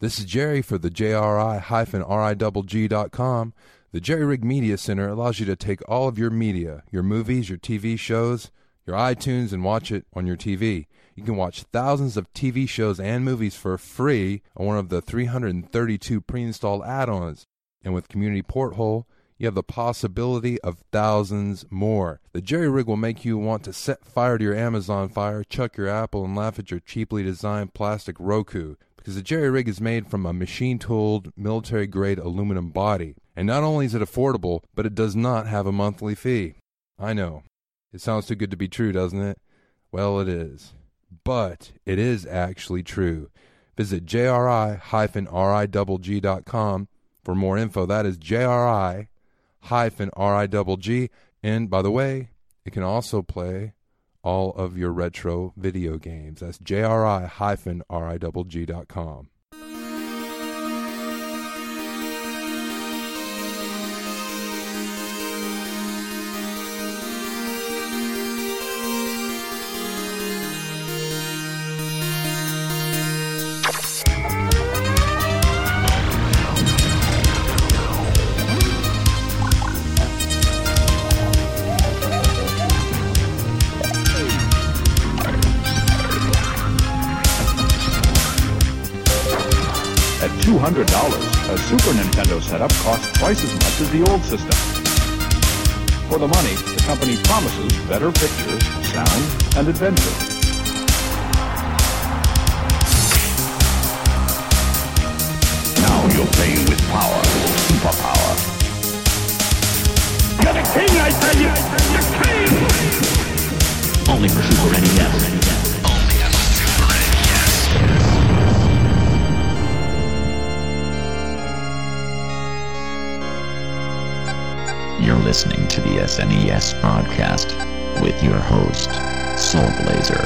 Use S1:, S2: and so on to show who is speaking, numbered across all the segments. S1: This is Jerry for the JRI-RIGG.com. The Jerry Rig Media Center allows you to take all of your media, your movies, your TV shows, your iTunes, and watch it on your TV. You can watch thousands of TV shows and movies for free on one of the 332 pre-installed add-ons. And with Community Porthole, you have the possibility of thousands more. The Jerry Rig will make you want to set fire to your Amazon Fire, chuck your Apple, and laugh at your cheaply designed plastic Roku. Because the Jerry Rig is made from a machine tooled, military grade aluminum body. And not only is it affordable, but it does not have a monthly fee. I know. It sounds too good to be true, doesn't it? Well, it is. But it is actually true. Visit jri-rigg.com for more info. That is jri hyphen R-I-double-G. And by the way, it can also play all of your retro video games. That's J-R-I hyphen R-I-double-G dot com.
S2: At $200, a Super Nintendo setup costs twice as much as the old system. For the money, the company promises better pictures, sound, and adventure. Now you're playing with power, superpower. You're the king, I tell you!
S3: Only for Super NES. You're listening to the SNES podcast with your host, Soul Blazer.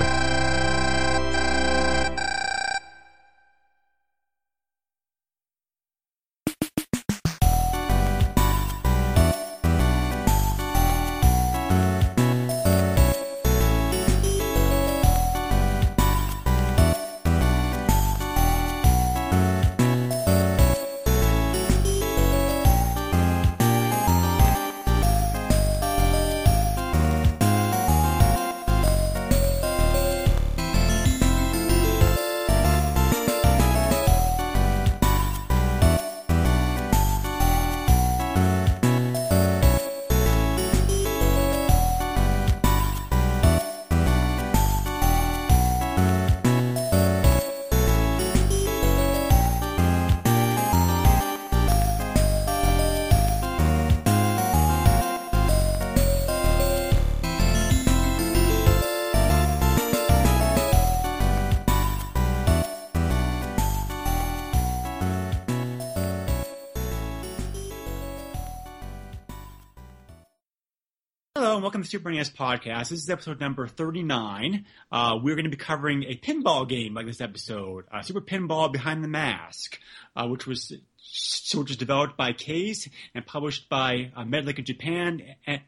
S4: Hello and welcome to the Super NES Podcast. This is episode number 39. Uh, we're going to be covering a pinball game like this episode, uh, Super Pinball Behind the Mask, uh, which was so which was developed by Case and published by uh, Medlink in Japan, and,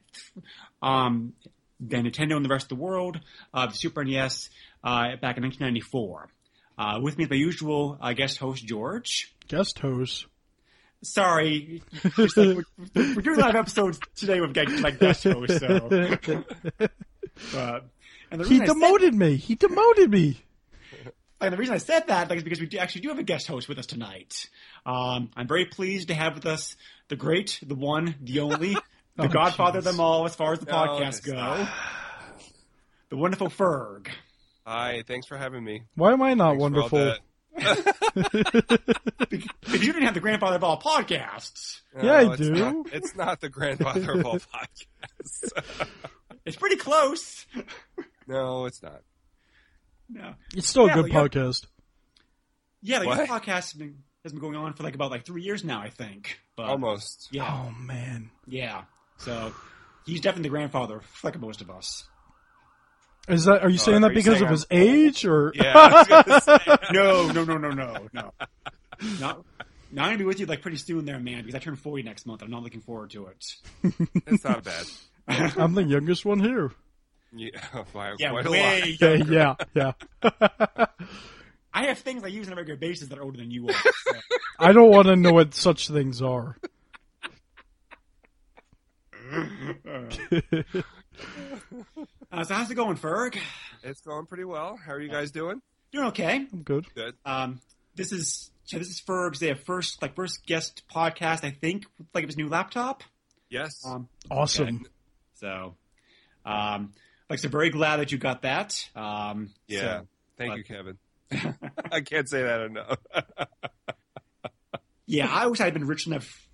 S4: um, then Nintendo and the rest of the world, uh, the Super NES uh, back in 1994. Uh, with me, as my usual uh, guest host, George.
S5: guest host.
S4: Sorry, It's like we're, we're doing live episodes today with guest- like guest host, so. Uh, and the
S5: he
S4: reason, I said,
S5: demoted me. He demoted me.
S4: and the reason I said that like, is because we do, actually do have a guest host with us tonight. Um, I'm very pleased to have with us the great, the one, the only, the
S5: Oh,
S4: godfather of them all as far as the
S6: Oh,
S4: podcast
S6: it's
S4: go,
S6: not.
S4: the wonderful Ferg.
S6: Hi, thanks for having me.
S5: Why am I not
S6: Thanks for all
S5: wonderful?
S6: that.
S4: Because you didn't have the grandfather of all podcasts.
S5: Yeah,
S6: No,
S5: I
S6: it's
S5: do.
S6: Not, it's not the grandfather of all podcasts.
S4: It's pretty close.
S6: no, it's not.
S4: No.
S5: It's still
S4: Yeah,
S5: a good
S4: well,
S5: podcast.
S4: Yeah, like, this
S6: What?
S4: podcast has been, has been going on for like about like three years now, I think. But,
S6: Almost.
S4: Yeah.
S5: Oh man,
S4: Yeah. So he's definitely the grandfather, like most of us.
S5: is that? Are you saying that
S6: are you
S5: because
S6: saying
S5: of his
S6: I'm old?
S5: age or?
S6: Oh, Yeah. I was gonna say.
S4: no, no, no, no, no, no. Not, not gonna be with you like pretty soon there, man, because I turn 40 next month. I'm not looking forward to it.
S6: It's not bad.
S5: I'm the youngest one here.
S6: Yeah, by
S4: Yeah,
S6: quite a lot.
S4: way.
S5: Yeah, yeah, yeah.
S4: I have things I use on a regular basis that are older than you are. So.
S5: I don't want to know what such things are.
S4: Uh, so how's it going, Ferg?
S6: It's going pretty well. How are you guys doing?
S4: Doing okay.
S5: I'm good.
S6: Good.
S4: Um, this is so this is Ferg's their first like first guest podcast, I think, with, like of his new laptop.
S6: Yes.
S4: Um,
S5: Awesome.
S4: so, um, like so, very glad that you got that. Um,
S6: yeah.
S4: so-
S5: Uh,
S6: Thank you, Kevin. I can't say that enough.
S4: yeah, I wish I'd been rich enough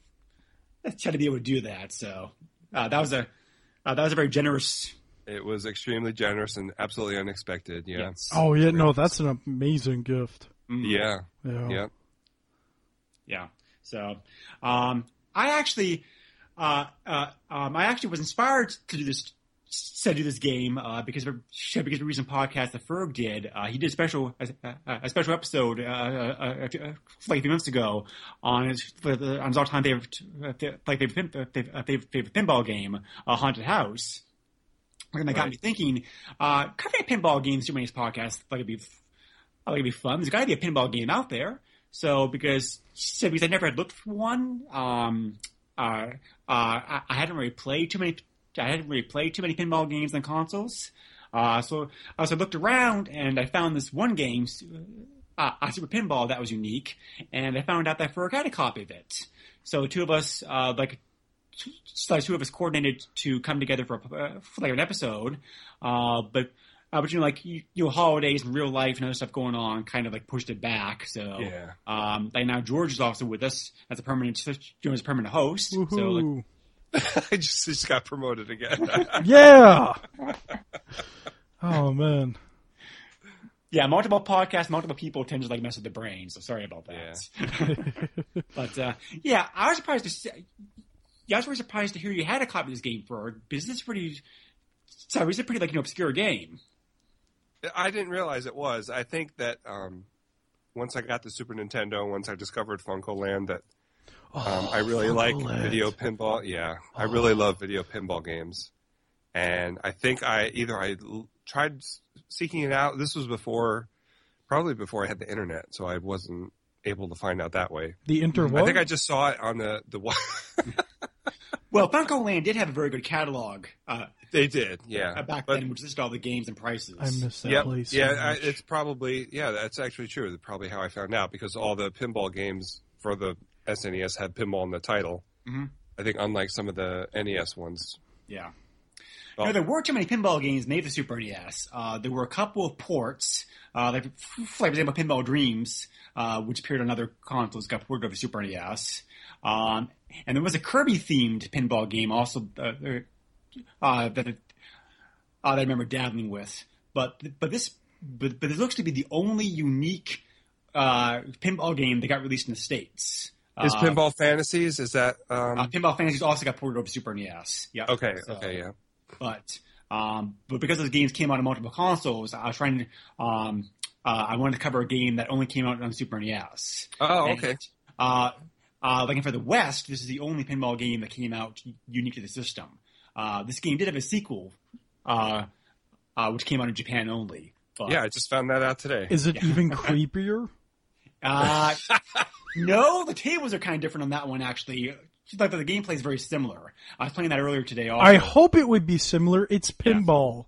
S4: to be able to do that. So uh, that was a uh, that was a very generous.
S6: it was extremely generous and absolutely unexpected. Yeah.
S4: Yes.
S5: Oh yeah, no, that's an amazing gift.
S4: Mm.
S6: Yeah.
S5: Yeah.
S6: Yeah.
S4: Yeah. So, um, I actually, uh, uh, um, I actually was inspired to do this, to do this game, uh, because of, because of a recent podcast that Ferg did. Uh, he did a special, a, a special episode, uh, uh, uh, like a few months ago on his, uh, on his all-time favorite, like favorite, pin- uh, favorite, uh, favorite, favorite pinball game, uh, Haunted House. And that got
S6: Right.
S4: me thinking, uh, covering a pinball game, Super Mania's podcast, like it'd be I think it'd be fun. There's got to be a pinball game out there. So because so because I never had looked for one, um, uh, uh, I, I hadn't really played too many. I hadn't really played too many pinball games on consoles. Uh, so uh, so I looked around and I found this one game, uh, uh, Super Pinball, that was unique, and I found out that Ferg had a copy of it. So the two of us, uh, like so the two of us coordinated to come together for, a, uh, for like an episode, uh, but uh, but you know, like you, you know, holidays and real life and other stuff going on, kind of like pushed it back. So
S6: Yeah.
S4: um, like now George is also with us as a permanent you know, as a permanent host. So like,
S5: Woohoo! Oh.
S6: I just, just got promoted again.
S5: yeah. oh man.
S4: yeah, multiple podcasts, multiple people tend to like mess with the brain. So sorry about that. but uh, yeah, I was surprised to see, yeah, I was really surprised to hear you had a copy of this game for because this is pretty. Sorry, it's a pretty like you know, obscure game.
S6: I didn't realize it was. I think that um, once I got the Super Nintendo, once I discovered Funko Land, that Um,
S4: Oh,
S5: Oh,
S6: I really like video pinball. Yeah, I really love video pinball games, and I think I either I l- tried s- seeking it out. This was before, probably before I had the internet, so I wasn't able to find out that way.
S5: the interweb.
S6: I think I just saw it on the the. wa-
S4: Well, Funko Land did have a very good catalog uh,
S6: they did, yeah.
S4: uh, back
S6: But-
S4: then, which listed all the games and prices.
S5: I miss that
S6: Yep.
S5: place. so
S6: yeah, I,
S5: much.
S6: it's probably yeah. That's actually true. That's probably how I found out because all the pinball games for the SNES had pinball in the title.
S4: Mhm.
S6: I think unlike some of the NES ones.
S4: Yeah.
S6: Well-
S4: no, there weren't too many pinball games made for Super NES. Uh, there were a couple of ports, uh, like, for example, Pinball Dreams, uh, which appeared on other consoles, got ported over to Super NES. Um, and there was a Kirby-themed pinball game also uh, there- uh, that, uh, that I remember dabbling with. But but this but, but this looks to be the only unique uh, pinball game that got released in the states.
S6: Is
S4: uh,
S6: Pinball Fantasies? Is that um,
S4: uh, Pinball Fantasies also got ported over to Super NES. Yeah.
S6: Okay.
S4: So-
S6: okay. Yeah.
S4: but um, but because those games came out on multiple consoles, I was trying to um, uh, I wanted to cover a game that only came out on Super NES.
S6: Oh.
S4: And,
S6: Okay.
S4: uh, uh, looking for the West, this is the only pinball game that came out unique to the system. Uh, this game did have a sequel, uh, uh, which came out in Japan only. But,
S6: Yeah. I just found that out today.
S5: Is it even creepier?
S4: Uh, no, the tables are kind of different on that one actually. Like the gameplay is very similar. I was playing that earlier today. Also.
S5: I hope it would be similar. It's pinball.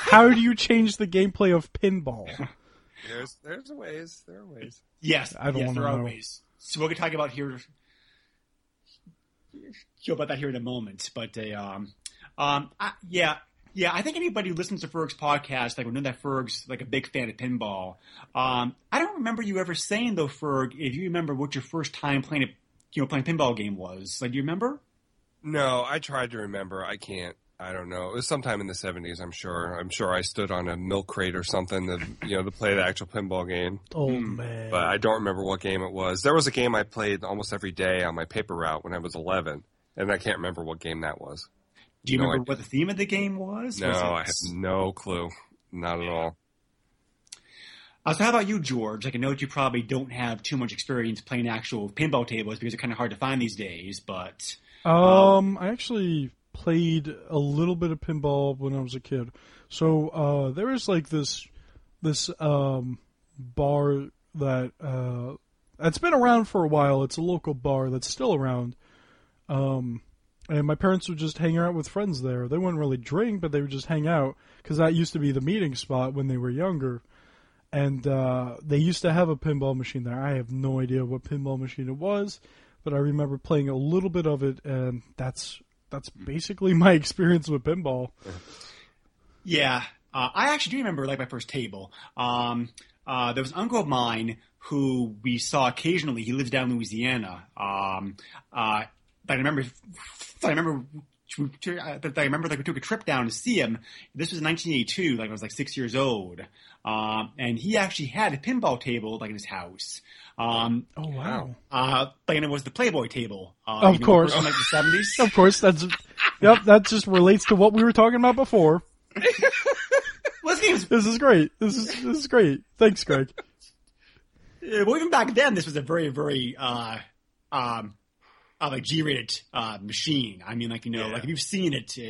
S5: How do you change the gameplay of pinball?
S6: There's there's ways. There are ways.
S4: Yes,
S5: I don't
S4: yes,
S5: wanna
S4: there are
S5: know.
S4: ways. So we can talk about here, you about that here in a moment. But uh, um, um, I, yeah, yeah, I think anybody who listens to Ferg's podcast, like, would know that Ferg's like a big fan of pinball. Um, I don't remember you ever saying though, Ferg, if you remember what your first time playing a you know playing a pinball game was. Like, do you remember?
S6: No, I tried to remember. I can't. I don't know. It was sometime in the seventies. I'm sure. I'm sure I stood on a milk crate or something to you know to play the actual pinball game.
S5: Oh
S4: Hmm.
S5: man.
S6: But I don't remember what game it was. There was a game I played almost every day on my paper route when I was eleven, and I can't remember what game that was.
S4: Do you
S6: No
S4: remember
S6: idea.
S4: what the theme of the game was?
S6: No,
S4: Was it-
S6: I have no clue. Not at all.
S4: Uh, so how about you, George? I can note you probably don't have too much experience playing actual pinball tables because they're kind of hard to find these days. But
S5: Um, I actually played a little bit of pinball when I was a kid. So uh, there is like this this um, bar that uh, that's been around for a while. It's a local bar that's still around. Um, and my parents would just hang out with friends there. They wouldn't really drink, but they would just hang out because that used to be the meeting spot when they were younger. And uh, they used to have a pinball machine there. I have no idea what pinball machine it was, but I remember playing a little bit of it, and that's that's
S4: Hmm.
S5: basically my experience with pinball.
S4: Yeah, uh, I actually do remember like my first table. Um, uh, there was an uncle of mine who we saw occasionally. He lives down in Louisiana. Um, uh, but I remember, I remember, but I remember like we took a trip down to see him. This was 1982, like I was like six years old, um, and he actually had a pinball table like in his house. Um,
S5: Oh wow!
S4: uh, but and it was the Playboy table, uh,
S5: Of
S4: you know,
S5: course.
S4: from like the 70s.
S5: Of course, that's yep. That just relates to what we were talking about before.
S4: Well, this game's
S5: This is great. This is this is great. Thanks, Greg.
S4: Uh, well, even back then, this was a very, very uh, um, of a G-rated uh, machine. I mean, like you know, like if you've seen it, it,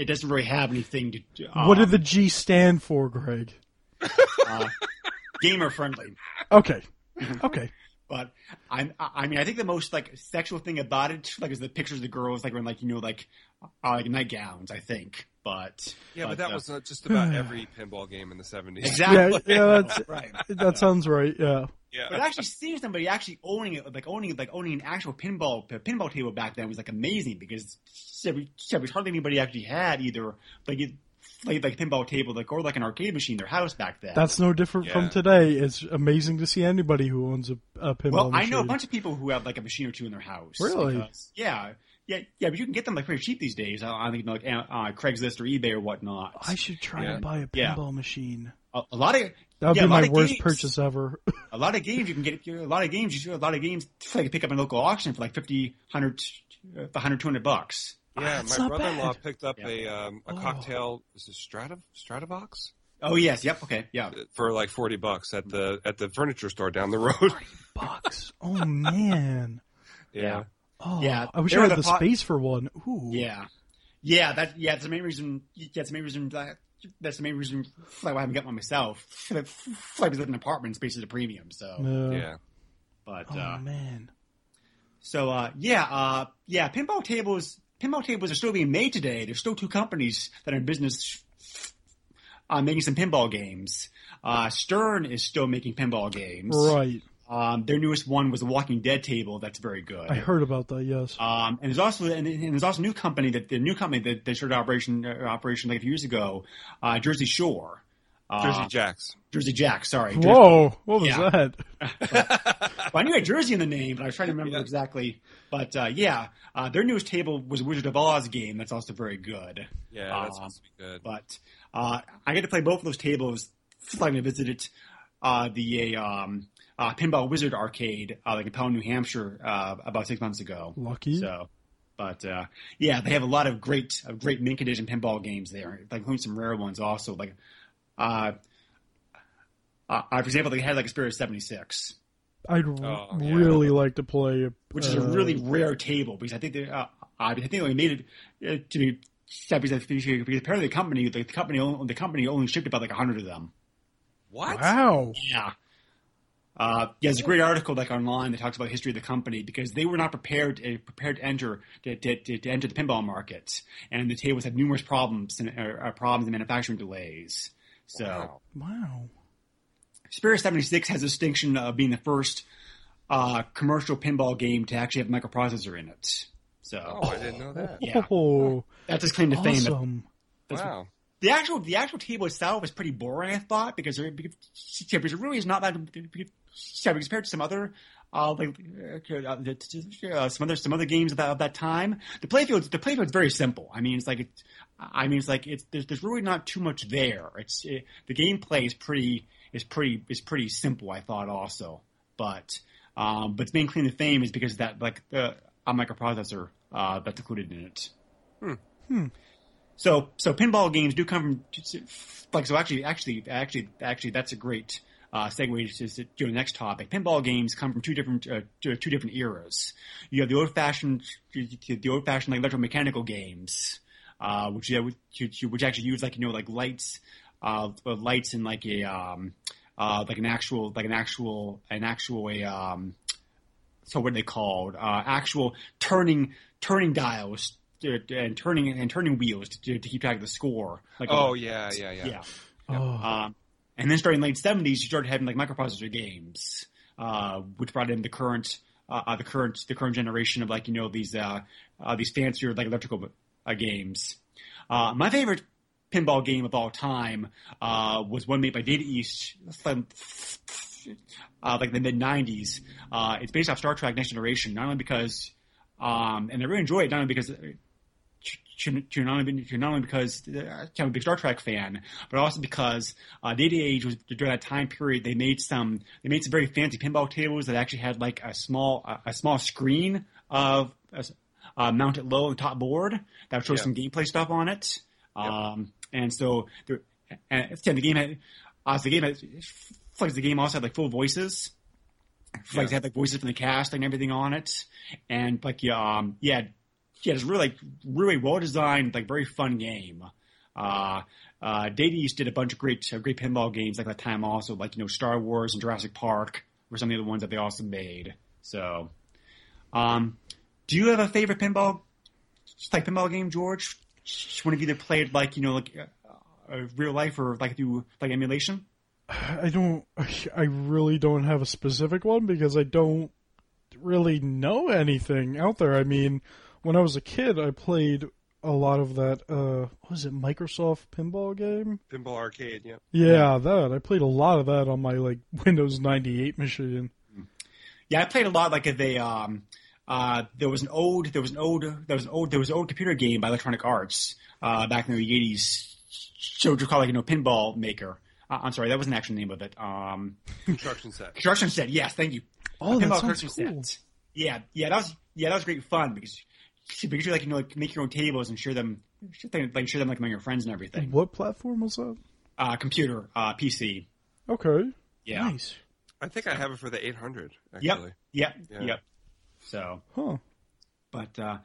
S4: it doesn't really have anything to. Um,
S5: what did the G stand for, Greg?
S4: uh, gamer friendly?
S5: Okay, okay.
S4: But I'm, I I mean, I think the most like sexual thing about it, like, is the pictures of the girls, like, wearing like you know, like, uh, like nightgowns. I think, but
S6: Yeah, but
S4: but,
S6: that
S4: uh,
S6: was uh, just about every pinball game in the 70s.
S4: exactly
S5: Yeah, yeah, that's-
S4: right.
S5: That sounds right. Yeah.
S4: But
S6: Yeah.
S4: actually seeing somebody actually owning it, like owning like owning an actual pinball a pinball table back then was like amazing because there was there was hardly anybody actually had either like it- like like a pinball table like or like an arcade machine in their house back then.
S5: That's no different
S6: Yeah.
S5: from today. It's amazing to see anybody who owns a, a pinball
S4: well, I
S5: machine.
S4: know a bunch of people who have like a machine or two in their house.
S5: Really?
S4: because- yeah, yeah, yeah. But you can get them like pretty cheap these days. I, I think you know, like uh, Craigslist or eBay or whatnot.
S5: I should try
S6: Yeah.
S5: and buy a
S4: Yeah.
S5: pinball machine.
S4: A, a lot of
S5: That would
S4: yeah, a
S5: be
S4: lot
S5: my
S4: of
S5: worst
S4: games-
S5: purchase ever.
S4: a lot of games you can get a lot of games you see a lot of games like pick up in local auction for like 50 100 uh, 100 200 bucks
S6: Yeah,
S5: That's
S6: my
S5: Ah, not
S6: brother-in-law
S5: bad.
S6: picked up
S4: Yeah.
S6: a um, a
S5: Oh.
S6: cocktail. Was it Strativ- Stratavox
S4: oh yes yep okay yeah
S6: for like forty bucks at the at the furniture store down the road?
S5: Bucks. Oh man.
S6: yeah,
S5: Oh,
S4: Yeah,
S5: I wish
S4: there
S5: I
S4: were
S5: had
S4: the
S5: the
S4: pot-
S5: space for one. Ooh.
S4: yeah yeah that yeah that's the main reason yeah that's the main reason that that's the main reason like, why I haven't got one myself. Like, I was living in an apartment space is a premium, so.
S5: No.
S6: yeah.
S4: But
S5: Oh
S4: uh,
S5: man.
S4: so uh, yeah, uh, yeah. Pinball tables, pinball tables are still being made today. There's still two companies that are in business uh, making some pinball games. Uh, Stern is still making pinball games.
S5: Right.
S4: Um, their newest one was the Walking Dead table. That's very good.
S5: I heard about that. Yes.
S4: Um, and there's also and, and there's also a new company that the new company that, that started operation uh, operation like a few years ago, uh, Jersey Shore, uh,
S6: Jersey Jacks.
S4: Jersey Jack. Sorry, Jersey-
S5: Whoa. What was
S4: Yeah.
S5: that?
S4: Well, I knew it had Jersey in the name, but I was trying to remember exactly. But uh, yeah, uh, their newest table was a Wizard of Oz game. That's also very good.
S5: uh,
S6: Yeah, that's
S4: Um,
S6: supposed to be good.
S4: But uh, I get to play both of those tables. Like I visited uh, the uh, um, uh, Pinball Wizard arcade, uh, like in Powell, New Hampshire, uh, about six months ago.
S5: Lucky.
S4: So, but uh, yeah, they have a lot of great, of great mint condition pinball games there, like including some rare ones also. Like, uh, uh, for example, they had like a Spirit seventy six,
S5: I'd
S6: Oh, yeah.
S5: really like to play. A,
S4: which is a
S5: uh,
S4: really rare table because I think they, uh, I think they only made it uh, to be. Because apparently the company, the company, on- the company only shipped about like hundred of them.
S6: what?
S5: Wow.
S4: Yeah. Uh, yeah, there's a great article like online that talks about the history of the company because they were not prepared uh, prepared to enter to, to, to, to enter the pinball market, and the tables had numerous problems and uh, uh, problems and manufacturing delays. So,
S5: Wow.
S4: Spirit 76 has the distinction of being the first uh, commercial pinball game to actually have a microprocessor in it. So,
S6: Oh, I didn't know that.
S4: yeah,
S5: Oh,
S4: that's his claim to fame.
S5: awesome.
S4: That's-
S6: wow.
S4: the actual the actual table itself is pretty boring, I thought, because there, because it really is not that yeah, because compared to some other uh, like uh, uh, some other some other games of that, of that time. The playfield the playfield's very simple. I mean, it's like it's I mean, it's like it's there's, there's really not too much there. It's it, the gameplay is pretty is pretty is pretty simple. I thought also, but um, but its main claim to fame is because of that like the a microprocessor uh, that's included in it. So so pinball games do come from like so actually actually actually actually that's a great uh, segue to, to the next topic. Pinball games come from two different uh, two, two different eras. You have the old fashioned the old fashioned like electromechanical games, uh, which yeah, which, which actually use like you know like lights uh, uh, lights and like a um, uh, like an actual like an actual an actual a um, so what are they called uh, actual turning turning dials uh, and turning and turning wheels to, to keep track of the score. Like a-
S6: Oh yeah, yeah, yeah.
S4: yeah.
S5: Oh,
S4: Um, and then starting late seventies, you started having like microprocessor games, uh, which brought in the current, uh, uh, the current, the current generation of like you know these uh, uh, these fancier like electrical uh, games. Uh, my favorite pinball game of all time uh, was one made by Data East, from, uh, like the mid nineties. Uh, it's based off Star Trek: Next Generation, not only because, um, and I really enjoy it, not only because to, to not only to not only because uh, I'm a big Star Trek fan, but also because uh, Data Age was during that time period. They made some they made some very fancy pinball tables that actually had like a small a, a small screen of uh, uh, mounted low on the top board that would show
S6: Yeah.
S4: some gameplay stuff on it. Um, and so there, and, and the game had uh, so the game had like the game also had like full voices like they had like voices from the cast and everything on it, and like yeah, um, yeah, yeah, it's really like really well designed, like very fun game. Uh, uh, Data East did a bunch of great uh, great pinball games like that time also, like you know Star Wars and Jurassic Park were some of the other ones that they also made. So, um, do you have a favorite pinball just like pinball game, George? Just One of you that played like you know like uh, uh, real life or like through like emulation?
S5: I don't. I really don't have a specific one because I don't really know anything out there. I mean, when I was a kid, I played a lot of that. Uh, what was it Microsoft pinball game?
S6: Pinball arcade. Yeah.
S5: Yeah, that I played a lot of that on my like Windows ninety eight machine.
S4: Yeah, I played a lot. Like they, um, uh, there was an old, there was an old, there was an old, there was an old computer game by Electronic Arts uh, back in the eighties. So what you call like you know pinball maker. Uh, I'm sorry, that was an actual name of it. Um,
S6: Construction set.
S4: construction set. Yes, thank you.
S5: Oh,
S4: A
S5: that
S4: pinball
S5: sounds
S4: construction
S5: cool.
S4: set. Yeah, yeah, that was yeah, that was great fun because because you like you know like make your own tables and share them, like share them like among your friends and everything.
S5: What platform was that?
S4: Uh, computer, uh, PC.
S5: Okay,
S4: Yeah.
S5: nice,
S6: I think I have it for the 800. Actually.
S4: Yep. Yep.
S6: Yeah.
S4: Yep. So.
S5: huh?
S4: But uh,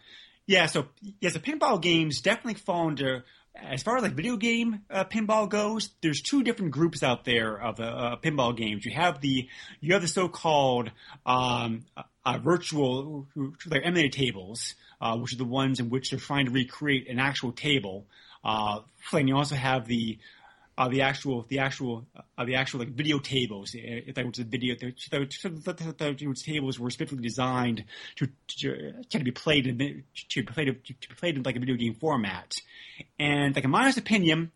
S4: yeah, so yeah, so pinball games definitely fall into as far as like video game uh, pinball goes. There's two different groups out there of uh, uh, pinball games. You have the you have the so-called um, uh, virtual like emulated tables, uh, which are the ones in which they're trying to recreate an actual table. Uh, and you also have the uh, the actual the actual uh, the actual like video tables. If that was the video, the, the, the, the tables were specifically designed to to, to be played in the- to be played to be played in like a video game format. And like in my honest opinion,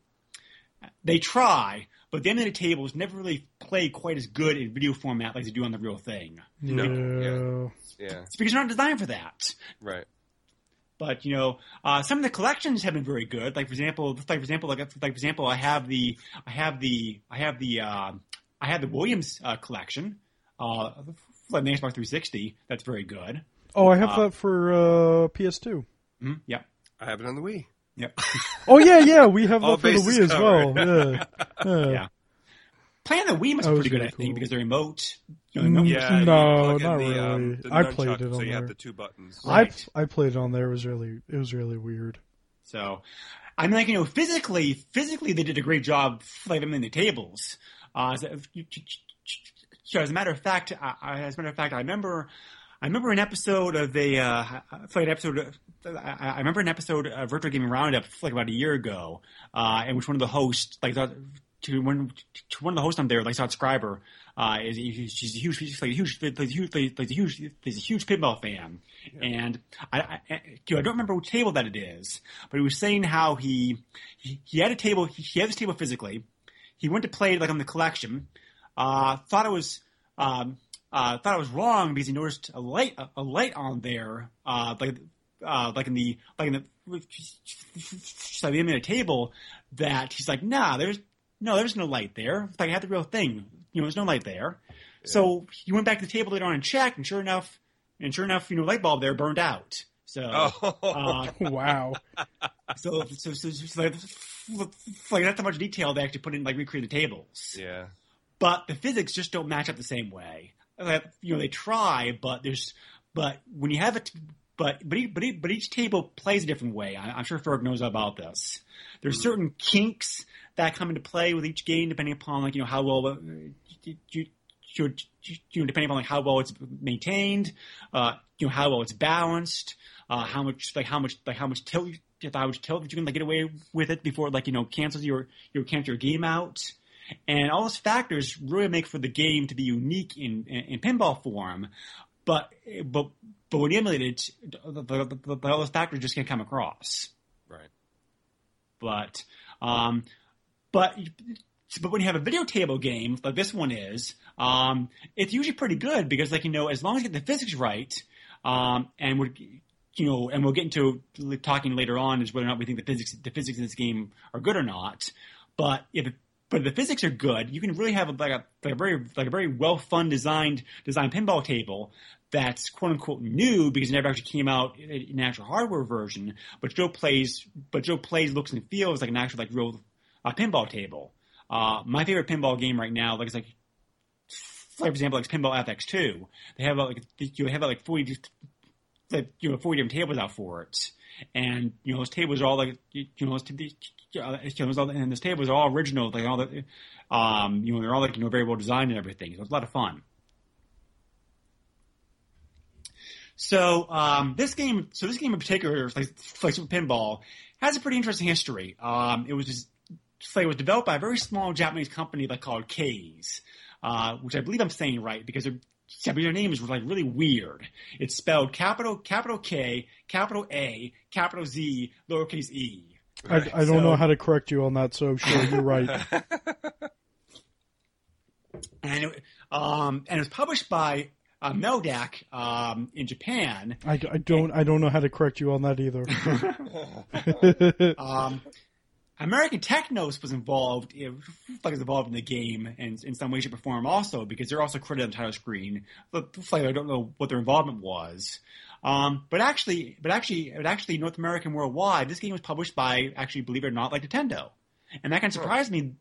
S4: they try, but the emulated tables never really play quite as good in video format like they do on the real thing.
S6: No,
S5: yeah.
S6: Yeah.
S4: It's because they're not designed for that.
S6: Right.
S4: But you know, uh, some of the collections have been very good. Like for example, like for example, like like for example, I have the I have the I have the uh, I have the Williams uh, collection, uh, like the Xbox 360. That's very good.
S5: Oh, I have that for uh, PS2.
S4: hmm Yeah,
S6: I have it on the Wii.
S4: yeah.
S5: Oh yeah, yeah, we have
S6: All
S5: that for the
S6: bases
S5: Wii as well.
S6: covered.
S5: Yeah, yeah.
S4: Yeah. Playing the Wii must
S5: That
S4: be
S5: was
S4: pretty good,
S5: really
S4: I think,
S5: cool. Mm-hmm.
S4: because they're remote. You know, the remote-
S6: Yeah. you
S5: No,
S6: plug in
S5: uh, not
S6: the, um,
S5: really.
S6: the
S5: I played
S6: nunchuck,
S5: it on
S6: So you have
S5: there.
S6: the two buttons.
S4: Right.
S5: I I played it on there. It was really it was really weird.
S4: So, I mean, like you know, physically, physically, they did a great job like them in the tables. Uh, so, so as a matter of fact, I, I- as a matter of fact, I remember, I remember an episode of the uh, like an episode. Of, I, I remember an episode of Virtual Gaming Roundup like about a year ago, uh, in which one of the hosts like thought, to one to one of the hosts on there like Scott Scriber. Uh, is is- she's a huge, she's like a huge, like a huge, like a huge, is a huge pinball fan, and I, I, I you know, I don't remember which table that it is, but he was saying how he he, he had a table, he, he had this table physically, he went to play it like on the collection, uh, thought it was um, uh, thought it was wrong because he noticed a light a, a light on there uh, like uh, like in the like in the like in the table that he's like nah there's no there's no light there like I had the real thing you know there's no light there so he went back to the table later on and checked and sure enough and sure enough you know light bulb there burned out so
S6: Oh.
S4: uh,
S5: Wow.
S4: so, so, so, so, so like, like that's how much detail they actually put in, like recreate the tables.
S6: yeah.
S4: But the physics just don't match up the same way. Like, you know, they try, but there's, but when you have it, but but each, but each, but each table plays a different way. I, I'm sure Ferg knows about this. There's certain kinks that come into play with each game, depending upon like you know how well uh, you, you, you, you know, depending upon like how well it's maintained, uh, you know how well it's balanced, uh, how much like how much like how much tilt if I would tilt that you can like get away with it before like you know cancels your your cancel your game out. And all those factors really make for the game to be unique in, in, in pinball form, but but but when you emulate it, the, the, the, the, all those factors just can't come across.
S6: Right.
S4: But um, but but when you have a video table game like this one is, um, it's usually pretty good because like you know as long as you get the physics right, um, and we're you know, and we'll get into talking later on is whether or not we think the physics the physics in this game are good or not. But if it, but if the physics are good, you can really have a, like a like a very like a very well fun designed designed pinball table that's quote unquote new because it never actually came out in an actual hardware version. But Joe plays but Joe plays looks and feels like an actual like real uh, pinball table. Uh, my favorite pinball game right now, like it's like for example, like Pinball FX2. They have like you have like forty that you know four different tables out for it, and you know those tables are all like you know those, t- uh, you know, all, and those tables are all original, like all the, um, you know they're all like you know very well designed and everything. So it's a lot of fun. So um, this game, so this game in particular, like like Super Pinball, has a pretty interesting history. Um, it was just, like, it was developed by a very small Japanese company like called K's, uh, which I believe I'm saying right because they're yeah, but their name is like really weird. It's spelled capital capital K, capital A, capital Z, lowercase e.
S5: I, I don't
S4: So-
S5: know how to correct you on that, so sure, you're right.
S4: And it, um, and it was published by uh, Meldak um, in Japan.
S5: I, I don't I don't know how to correct you on that either.
S4: Um, American Technos was involved, it was- like was involved in the game and in some way, shape, or form also because they're also credited on the title screen. But like, I don't know what their involvement was. Um, but actually, but actually, but actually, North American worldwide, this game was published by actually, believe it or not, like Nintendo, and that kind of surprised me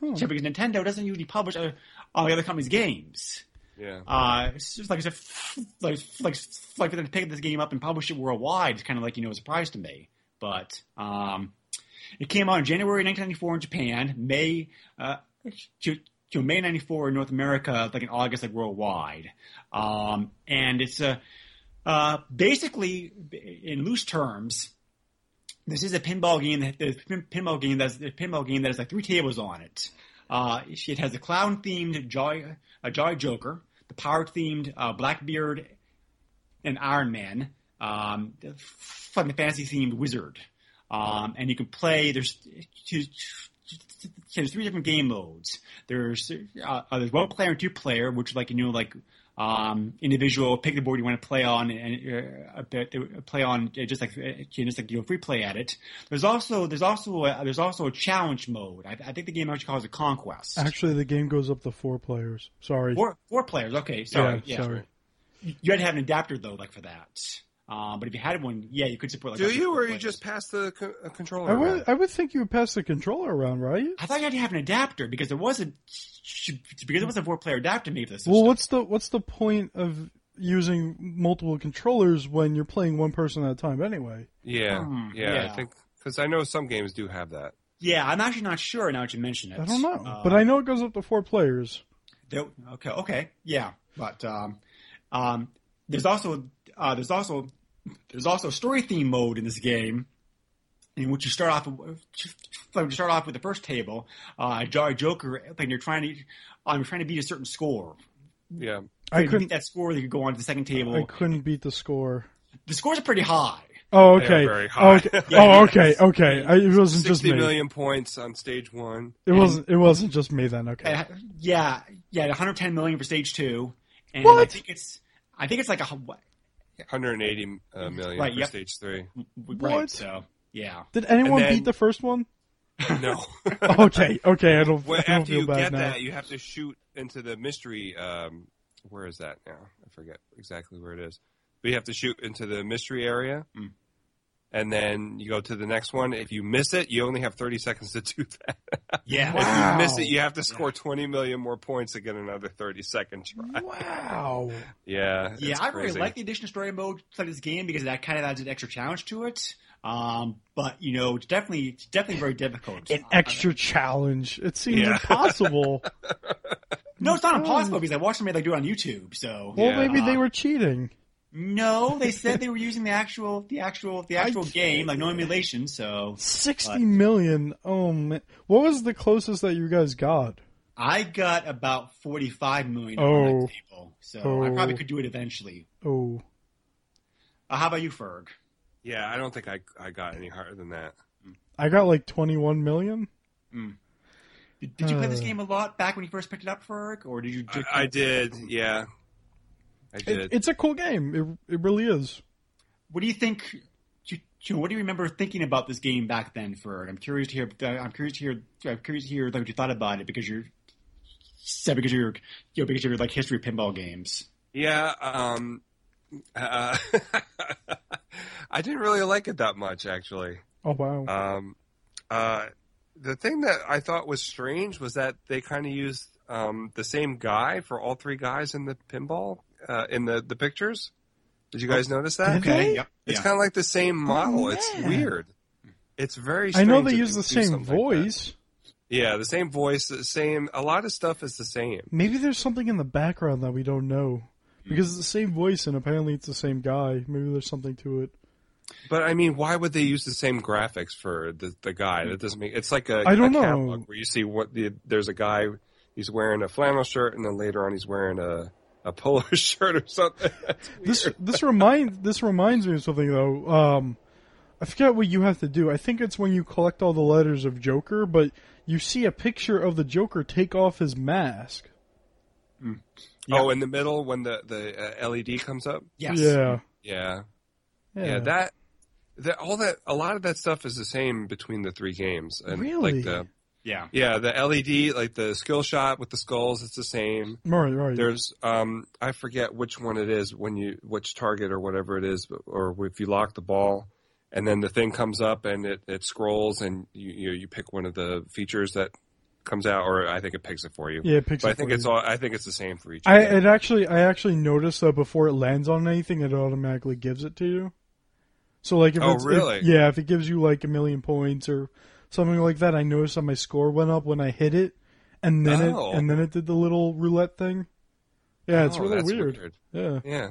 S4: yeah, because Nintendo doesn't usually publish other, all the other companies' games.
S6: Yeah.
S4: Uh, it's just like I said, like like like for them to pick this game up and publish it worldwide is kind of like you know a surprise to me. But um, it came out in January 1994 in Japan, May uh, to, to May 94 in North America, like in August, like worldwide. Um, and it's uh, uh, basically in loose terms. This is a pinball game. That, the pin- pinball game that's a pinball game that has like three tables on it. Uh, it has a clown themed Jolly, a Jolly Joker, the power themed uh, Blackbeard and Iron Man, um, the f- fucking fantasy themed Wizard. Um, and you can play. There's two, there's three different game modes. There's uh, uh, there's one player and two player, which like you know like um, individual pick the board you want to play on and uh, a bit- uh, play on uh, just like uh, just like you know free play at it. There's also there's also a, there's also a challenge mode. I, I think the game actually calls it conquest.
S5: Actually, the game goes up to four players. Sorry.
S4: Four, four players. Okay, sorry.
S5: Yeah,
S4: Yeah,
S5: sorry.
S4: You had to have an adapter though, like for that. Uh, but if you had one, yeah, you could support. Like,
S6: Do
S4: up to
S6: you,
S4: four
S6: or you
S4: players.
S6: just pass the co- uh, controller?
S5: I would
S6: around?
S5: I would think you would pass the controller around, right?
S4: I thought you had to have an adapter because there wasn't because there was a four player adapter made for this.
S5: Well, what's the what's the point of using multiple controllers when you're playing one person at a time anyway?
S6: Yeah,
S4: Hmm,
S6: yeah,
S4: yeah.
S6: I think because I know some games do have that.
S4: Yeah, I'm actually not sure now that you mention it.
S5: I don't know,
S4: Uh,
S5: but I know it goes up to four players.
S4: There, okay, okay, yeah, but um, um, there's also uh, there's also there's also a story theme mode in this game, in which you start off when you start off with the first table, uh, Jolly Joker, and you're trying to um, you're trying to beat a certain score. If
S5: I
S6: Yeah,
S4: you beat
S5: couldn't
S4: that score, you could go on to the second
S5: I
S4: table.
S5: couldn't beat the score.
S4: The scores are pretty high.
S5: Oh,
S6: They are
S5: okay.
S6: very high.
S5: Okay. Oh, okay. Okay. I, it wasn't just
S6: sixty
S5: me.
S6: million points on stage one.
S5: It wasn't. It wasn't just me then. Okay.
S4: Uh, yeah, yeah, 110 million for stage two, and I
S5: What?
S4: think it's I think it's like a what-
S6: 180 uh, million
S4: Right,
S6: for
S4: yep.
S6: stage three.
S4: right.
S5: What?
S4: So yeah.
S5: Did anyone
S6: And then-
S5: beat the first one?
S6: No.
S5: Okay. Okay. I don't.
S6: Well,
S5: I don't
S6: after
S5: feel
S6: you
S5: bad
S6: get
S5: now.
S6: that, you have to shoot into the mystery. Um, where is that now? I forget exactly where it is. But you have to shoot into the mystery area,
S4: Mm.
S6: and then you go to the next one. If you miss it, you only have 30 seconds to do that.
S4: Yeah.
S6: if
S4: Wow.
S6: you miss it, you have to score 20 million more points to get another 30 second try.
S5: Wow.
S6: Yeah.
S4: Yeah,
S6: it's
S4: I really
S6: crazy.
S4: like the addition of story mode to this game because that kind of adds an extra challenge to it. Um, but you know, it's definitely it's definitely very difficult.
S5: An extra challenge. It seems
S6: Yeah.
S5: impossible.
S4: no, it's not impossible because I watched somebody like do it on YouTube. So Uh,
S5: Well,
S6: Yeah.
S5: maybe they were cheating.
S4: no, they said they were using the actual the actual the actual
S5: can't-
S4: game, like no emulation. So
S5: Sixty million. Oh man, what was the closest that you guys got?
S4: I got about forty five million on
S5: Oh.
S4: that table. So I probably
S5: Oh.
S4: could do it eventually.
S5: Oh,
S4: Uh, how about you, Ferg?
S6: Yeah, I don't think I I got any higher than that.
S5: I got like twenty-one million.
S4: Did, did you play this
S5: Uh.
S4: game a lot back when you first picked it up, Ferg, or did you?
S6: I,
S4: Just,
S6: I did. Yeah, I did.
S5: It, it's a cool game. It it really is.
S4: what do you think? you- you know, What do you remember thinking about this game back then, Ferg? I'm curious to hear. uh, I'm curious to hear. I'm curious to hear like, what you thought about it because you're. said because you're, you know, because you're like history of pinball games.
S6: Yeah, um, uh, I didn't really like it that much, actually.
S5: Oh wow.
S6: Um, uh, the thing that I thought was strange was that they kind of used um, the same guy for all three guys in the pinball uh, in the the pictures. Did you guys notice that?
S5: Did Okay.
S4: Yep.
S6: It's
S4: Yeah.
S6: kind of like the same model. it's
S5: man.
S6: weird. It's very.
S5: I know
S6: strange
S5: they
S6: that
S5: use the
S6: would do
S5: same
S6: something like that.
S5: voice.
S6: yeah, the same voice, the same. A lot of stuff is the same.
S5: Maybe there's something in the background that we don't know because it's the same voice and apparently it's the same guy. Maybe there's something to it.
S6: But I mean, why would they use the same graphics for the the guy? That doesn't make it's like a
S5: I don't
S6: a
S5: know.
S6: catalog where you see what the there's a guy he's wearing a flannel shirt and then later on he's wearing a a polo shirt or something. That's
S5: This
S6: weird.
S5: this remind this reminds me of something though. Um, I forget what you have to do. I think it's when you collect all the letters of Joker, but you see a picture of the Joker take off his mask.
S6: Oh, in the middle when the the uh, LED comes up.
S4: Yes.
S5: Yeah.
S6: Yeah,
S5: Yeah.
S6: yeah. That that all that a lot of that stuff is the same between the three games. And
S5: Really?
S6: Like the
S4: Yeah.
S6: yeah the LED like the skill shot with the skulls. It's the same.
S5: Right, right.
S6: There's um I forget which one it is when you which target or whatever it is but- or if you lock the ball and then the thing comes up and it, it scrolls and you you, you pick one of the features that comes out or I think it picks it for you.
S5: yeah, picture.
S6: but I think it's all I think it's the same for each.
S5: I
S6: game.
S5: it actually I actually noticed that before it lands on anything, it automatically gives it to you. So like if
S6: Oh,
S5: it's, if-
S6: really?
S5: yeah, if it gives you like a million points or something like that, I noticed that my score went up when I hit it, and then
S6: Oh.
S5: it and then it did the little roulette thing. Yeah, it's
S6: Oh,
S5: really
S6: that's
S5: weird. Yeah,
S6: Yeah.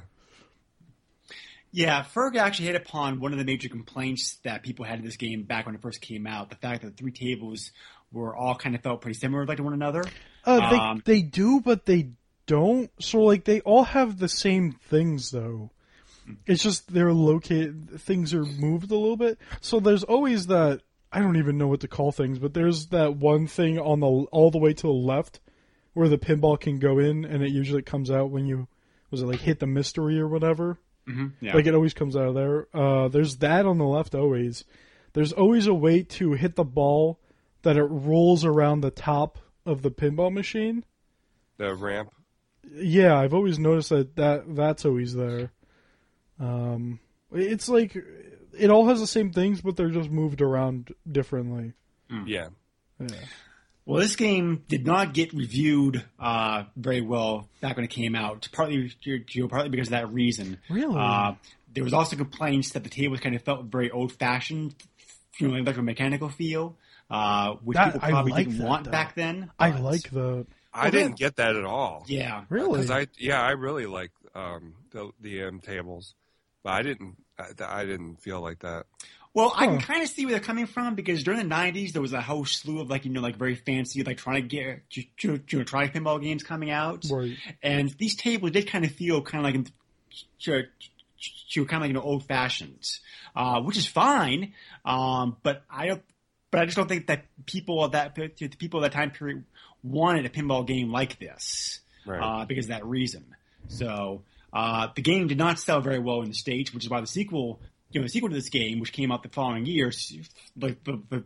S4: Yeah, Ferg actually hit upon one of the major complaints that people had of this game back when it first came out. The fact that the three tables were all kind of felt pretty similar like to one another.
S5: uh, they
S4: Um,
S5: they do, but they don't. So like they all have the same things though. It's just they're located. Things are moved a little bit. So there's always that. I don't even know what to call things, but there's that one thing on the all the way to the left where the pinball can go in, and it usually comes out when you was it like hit the mystery or whatever.
S4: Mm-hmm. Yeah.
S5: Like it always comes out of there. Uh, there's that on the left always. There's always a way to hit the ball that it rolls around the top of the pinball machine.
S6: The ramp.
S5: Yeah, I've always noticed that, that that's always there. Um, it's like it all has the same things, but they're just moved around differently.
S6: Yeah.
S4: Well, this game did not get reviewed uh, very well back when it came out, partly you know, partly because of that reason.
S5: Really?
S4: Uh, there was also complaints that the tables kind of felt very old-fashioned, you know, electromechanical feel, uh, which
S5: That- I
S4: people probably
S5: like
S4: didn't
S5: that,
S4: want
S5: though.
S4: back then.
S5: I
S4: but-
S5: like that.
S6: I didn't get that at all.
S4: Yeah.
S5: Really?
S6: Cuz I yeah, I really like um the the um, tables. But I didn't I, I didn't feel like that.
S4: Well, I can
S5: Huh.
S4: kind of see where they're coming from because during the '90s there was a whole slew of like you know like very fancy like trying to get you know, trying pinball games coming out,
S5: Right.
S4: and these tables did kind of feel kind of like you know, kind of like you know old fashioned, uh, which is fine, um, but I don't. But I just don't think that people of that the people of that time period wanted a pinball game like this
S6: Right.
S4: uh, because of that reason. So uh, the game did not sell very well in the states, which is why the sequel, you know, the sequel to this game, which came out the following year, s- like the, the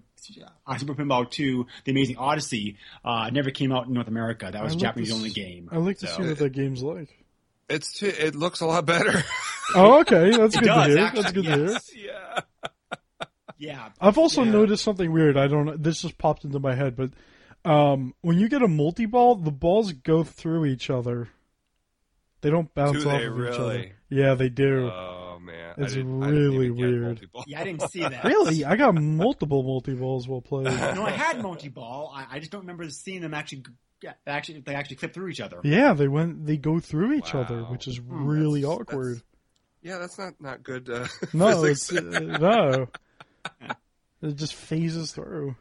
S4: uh, Super Pinball Two: The Amazing Odyssey, uh, never came out in North America. That was
S5: I
S4: a
S5: like
S4: Japanese
S5: this-
S4: only game.
S5: I like to
S4: So-
S5: see what that game's like.
S6: It's too, it looks a lot better.
S5: Oh, okay, that's
S4: It
S5: good to
S4: does
S5: hear.
S4: actually.
S5: that's good to hear.
S4: yes.
S6: yeah.
S4: Yeah.
S5: I've also
S4: Yeah.
S5: noticed something weird. I don't. This just popped into my head, but um, when you get a multi ball, the balls go through each other. They don't bounce
S6: Do
S5: off
S6: they
S5: of each other.
S6: really?
S5: Yeah, they do.
S6: Oh man, I
S5: It's
S6: didn't- I didn't
S5: really
S6: even get
S5: weird.
S6: multi-ball.
S4: Yeah, I didn't see that.
S5: really, I got multiple multi balls well played.
S4: No, I had multi ball. I, I just don't remember seeing them actually. yeah, Actually, they actually clip through each other.
S5: Yeah, they went. They go through each other,
S6: Wow.
S5: which is
S4: Hmm,
S5: really
S6: that's-
S5: awkward.
S6: Yeah, that's not not good. Uh,
S5: No,
S6: physics.
S5: it's, uh, no. It just phases through.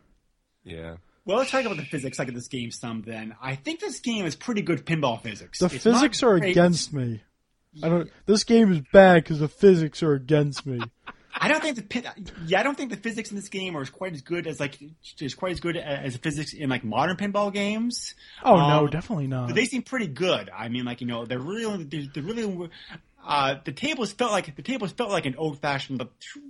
S6: yeah.
S4: Well, let's talk about the physics like of this game some. Then I think this game is pretty good pinball physics.
S5: The
S4: It's not
S5: physics are
S4: great-
S5: against me. I don't. This game is bad because the physics are against me.
S4: I don't think the pin- yeah, I don't think the physics in this game are as quite as good as like is quite as good as the physics in like modern pinball games.
S5: Oh no,
S4: Um,
S5: definitely not.
S4: But they seem pretty good. I mean, like you know, they're really, they're, they're really. Uh, the tables felt like the tables felt like an old fashioned,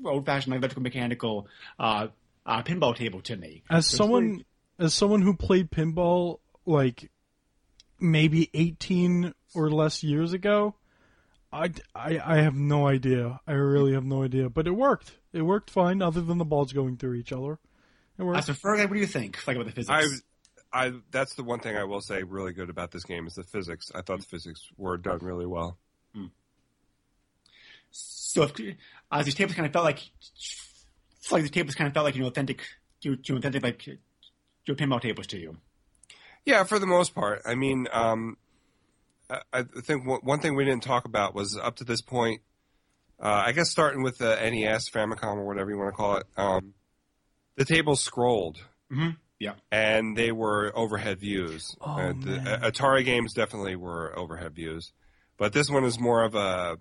S4: old fashioned electrical mechanical uh, uh, pinball table to me.
S5: as someone as someone who played pinball like maybe 18 or less years ago I, I, I have no idea i really have no idea but it worked it worked fine other than the balls going through each other it
S4: Uh,
S5: worked
S4: so, Ferg, what do you think? Like about the physics?
S6: I, I that's the one thing I will say really good about this game is the physics. I thought the physics were done really well.
S4: so if, uh, these tables kind of felt like, it's like these tables kind of felt like you know authentic, you, you know, authentic like your pinball tables to you.
S6: Yeah, for the most part. I mean, um, I, I think one one thing we didn't talk about was up to this point. Uh, I guess starting with the NES, Famicom, or whatever you want to call it, um, the tables scrolled.
S4: Mhm. Yeah.
S6: and they were overhead views.
S5: Oh,
S6: Uh, the
S5: man.
S6: uh, Atari games definitely were overhead views, but this one is more of a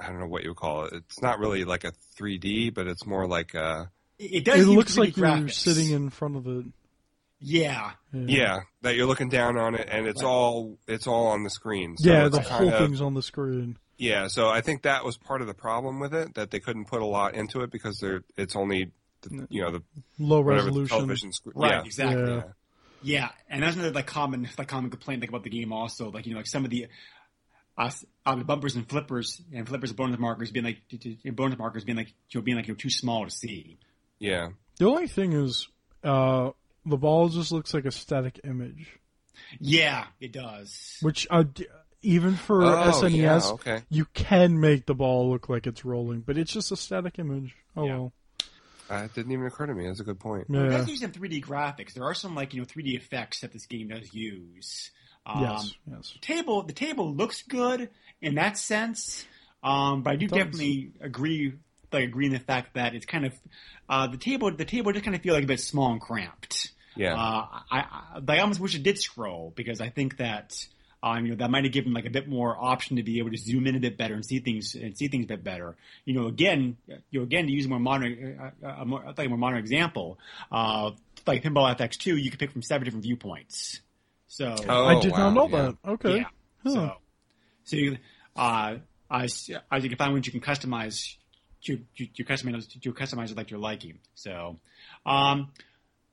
S6: I don't know what you would call it. It's not really like a 3D, but it's more like uh, a
S4: It, it does.
S5: it
S4: use
S5: looks
S4: 3D
S5: like you're
S4: graphics.
S5: sitting in front of it
S4: Yeah.
S5: Mm-hmm.
S6: yeah that you're looking down on it, and it's all it's all on the screen. So
S5: yeah
S6: it's
S5: the whole
S6: kind of-
S5: thing's on the screen
S6: Yeah, so I think that was part of the problem with it that they couldn't put a lot into it because they're it's only the, you know the
S5: low
S6: whatever the
S5: resolution
S6: television screen.
S4: Right.
S6: Yeah.
S4: Exactly.
S5: Yeah.
S4: Yeah, and that's another like common like common complaint like about the game also like you know like some of the uh, uh, the bumpers and flippers and flippers and bonus markers being like t- t- bonus markers being like you know being like you know too small to see.
S6: Yeah.
S5: the only thing is uh, the ball just looks like a static image
S4: Yeah, it does.
S5: which uh, d- even for E
S6: Oh,
S4: E
S5: SNES,
S6: yeah, okay.
S5: you can make the ball look like it's rolling, but it's just a static image. Oh
S4: Yeah.
S5: well,
S6: Uh, it didn't even occur to me. That's a good point.
S4: It
S5: yeah,
S4: does use some 3D graphics. There are some like you know 3D effects that this game does use. Um,
S5: yes, yes.
S4: table the table looks good in that sense. Um, but I do
S5: It does.
S4: definitely agree like agree in the fact that it's kind of uh, the table the table just kind of feel like a bit small and cramped.
S6: Yeah.
S4: Uh, I, I, but I almost wish it did scroll because I think that um, you know that might have given like a bit more option to be able to zoom in a bit better and see things and see things a bit better. You know, again, you know, again to use a more modern, uh, a more, I think a more modern example, uh, like Pinball FX two, you could pick from seven different viewpoints. So
S6: Oh,
S5: I did
S6: wow,
S5: not know
S6: yeah.
S5: that. Okay,
S4: yeah. So, so you, uh, as, as you can find ones you can customize, you, you, you customize, you customize it like your liking. So, um,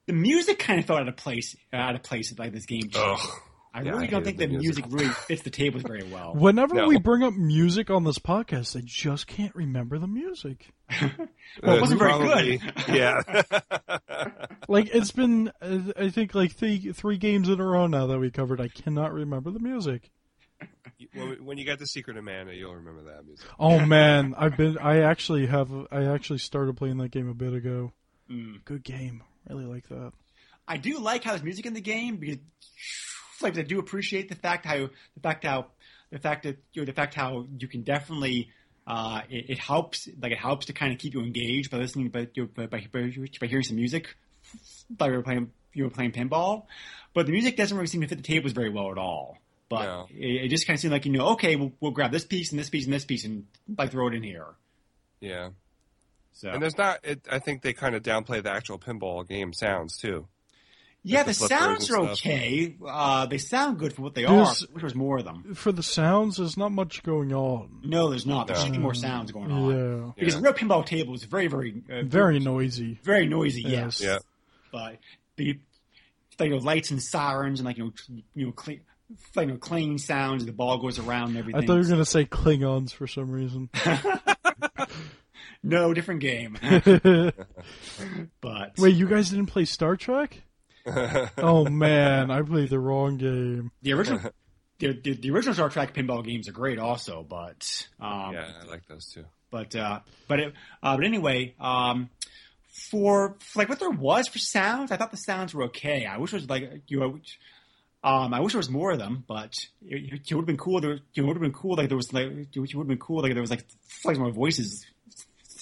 S4: the music kind of felt out of place, out of place like this game. too.
S6: Ugh.
S4: I
S6: Oh, Yeah,
S4: really
S6: I
S4: don't think
S6: hated the
S4: the music. really fits the tables very well.
S5: whenever
S6: No.
S5: we bring up music on this podcast, I just can't remember the music.
S4: Well, it wasn't very
S6: Probably-
S4: good.
S6: Yeah.
S5: Like it's been, uh, I think, like three three games in a row now that we covered. I cannot remember the music.
S6: when, when you get the Secret of Mana, you'll remember that music.
S5: Oh man, I've been. I actually have. I actually started playing that game a bit ago.
S4: Mm.
S5: Good game. Really like that.
S4: I do like how there's music in the game because, like, I do appreciate the fact how the fact how the fact that you know, the fact how you can definitely uh, it, it helps like it helps to kind of keep you engaged by listening by you know, by, by, by hearing some music by you were playing you were playing pinball, but the music doesn't really seem to fit the tables very well at all. But
S6: No.
S4: it, it just kind of seemed like you know okay we'll, we'll grab this piece and this piece and this piece and like throw it in here.
S6: Yeah,
S4: So
S6: and there's not. It, I think they kind of downplay the actual pinball game sounds too.
S4: yeah, the
S6: the flippers and
S4: sounds are
S6: stuff.
S4: okay. Uh, they sound good for what they
S5: There's-
S4: are. I wish there was more of them.
S5: For the sounds, there's not much going on.
S4: No, there's not. There's
S6: No.
S4: be more sounds going on.
S5: Yeah.
S6: Yeah.
S4: Because a real pinball table is very, very, uh,
S5: Very noisy.
S4: very noisy.
S5: Yes.
S4: Yes,
S6: Yeah,
S4: but the like, you know, lights and sirens and like you know, tr- you know, clean, like, you know, clean sounds. And the ball goes around and everything.
S5: I thought you were going to say Klingons for some reason.
S4: no, different game. but
S5: Wait, you guys didn't play Star Trek?
S4: Uh-huh.
S5: Oh man, I played the wrong game.
S4: the original, the, the, the original Star Trek pinball games are great, also. But um,
S6: yeah, I like those too.
S4: but uh, but it, uh, but anyway, um, for, for like what there was for sounds, I thought the sounds were okay. I wish it was like you know, which- um, I wish there was more of them, but it, it would have been cool. There, it would have been cool. Like there was like it would have been cool. Like there was like like more voices,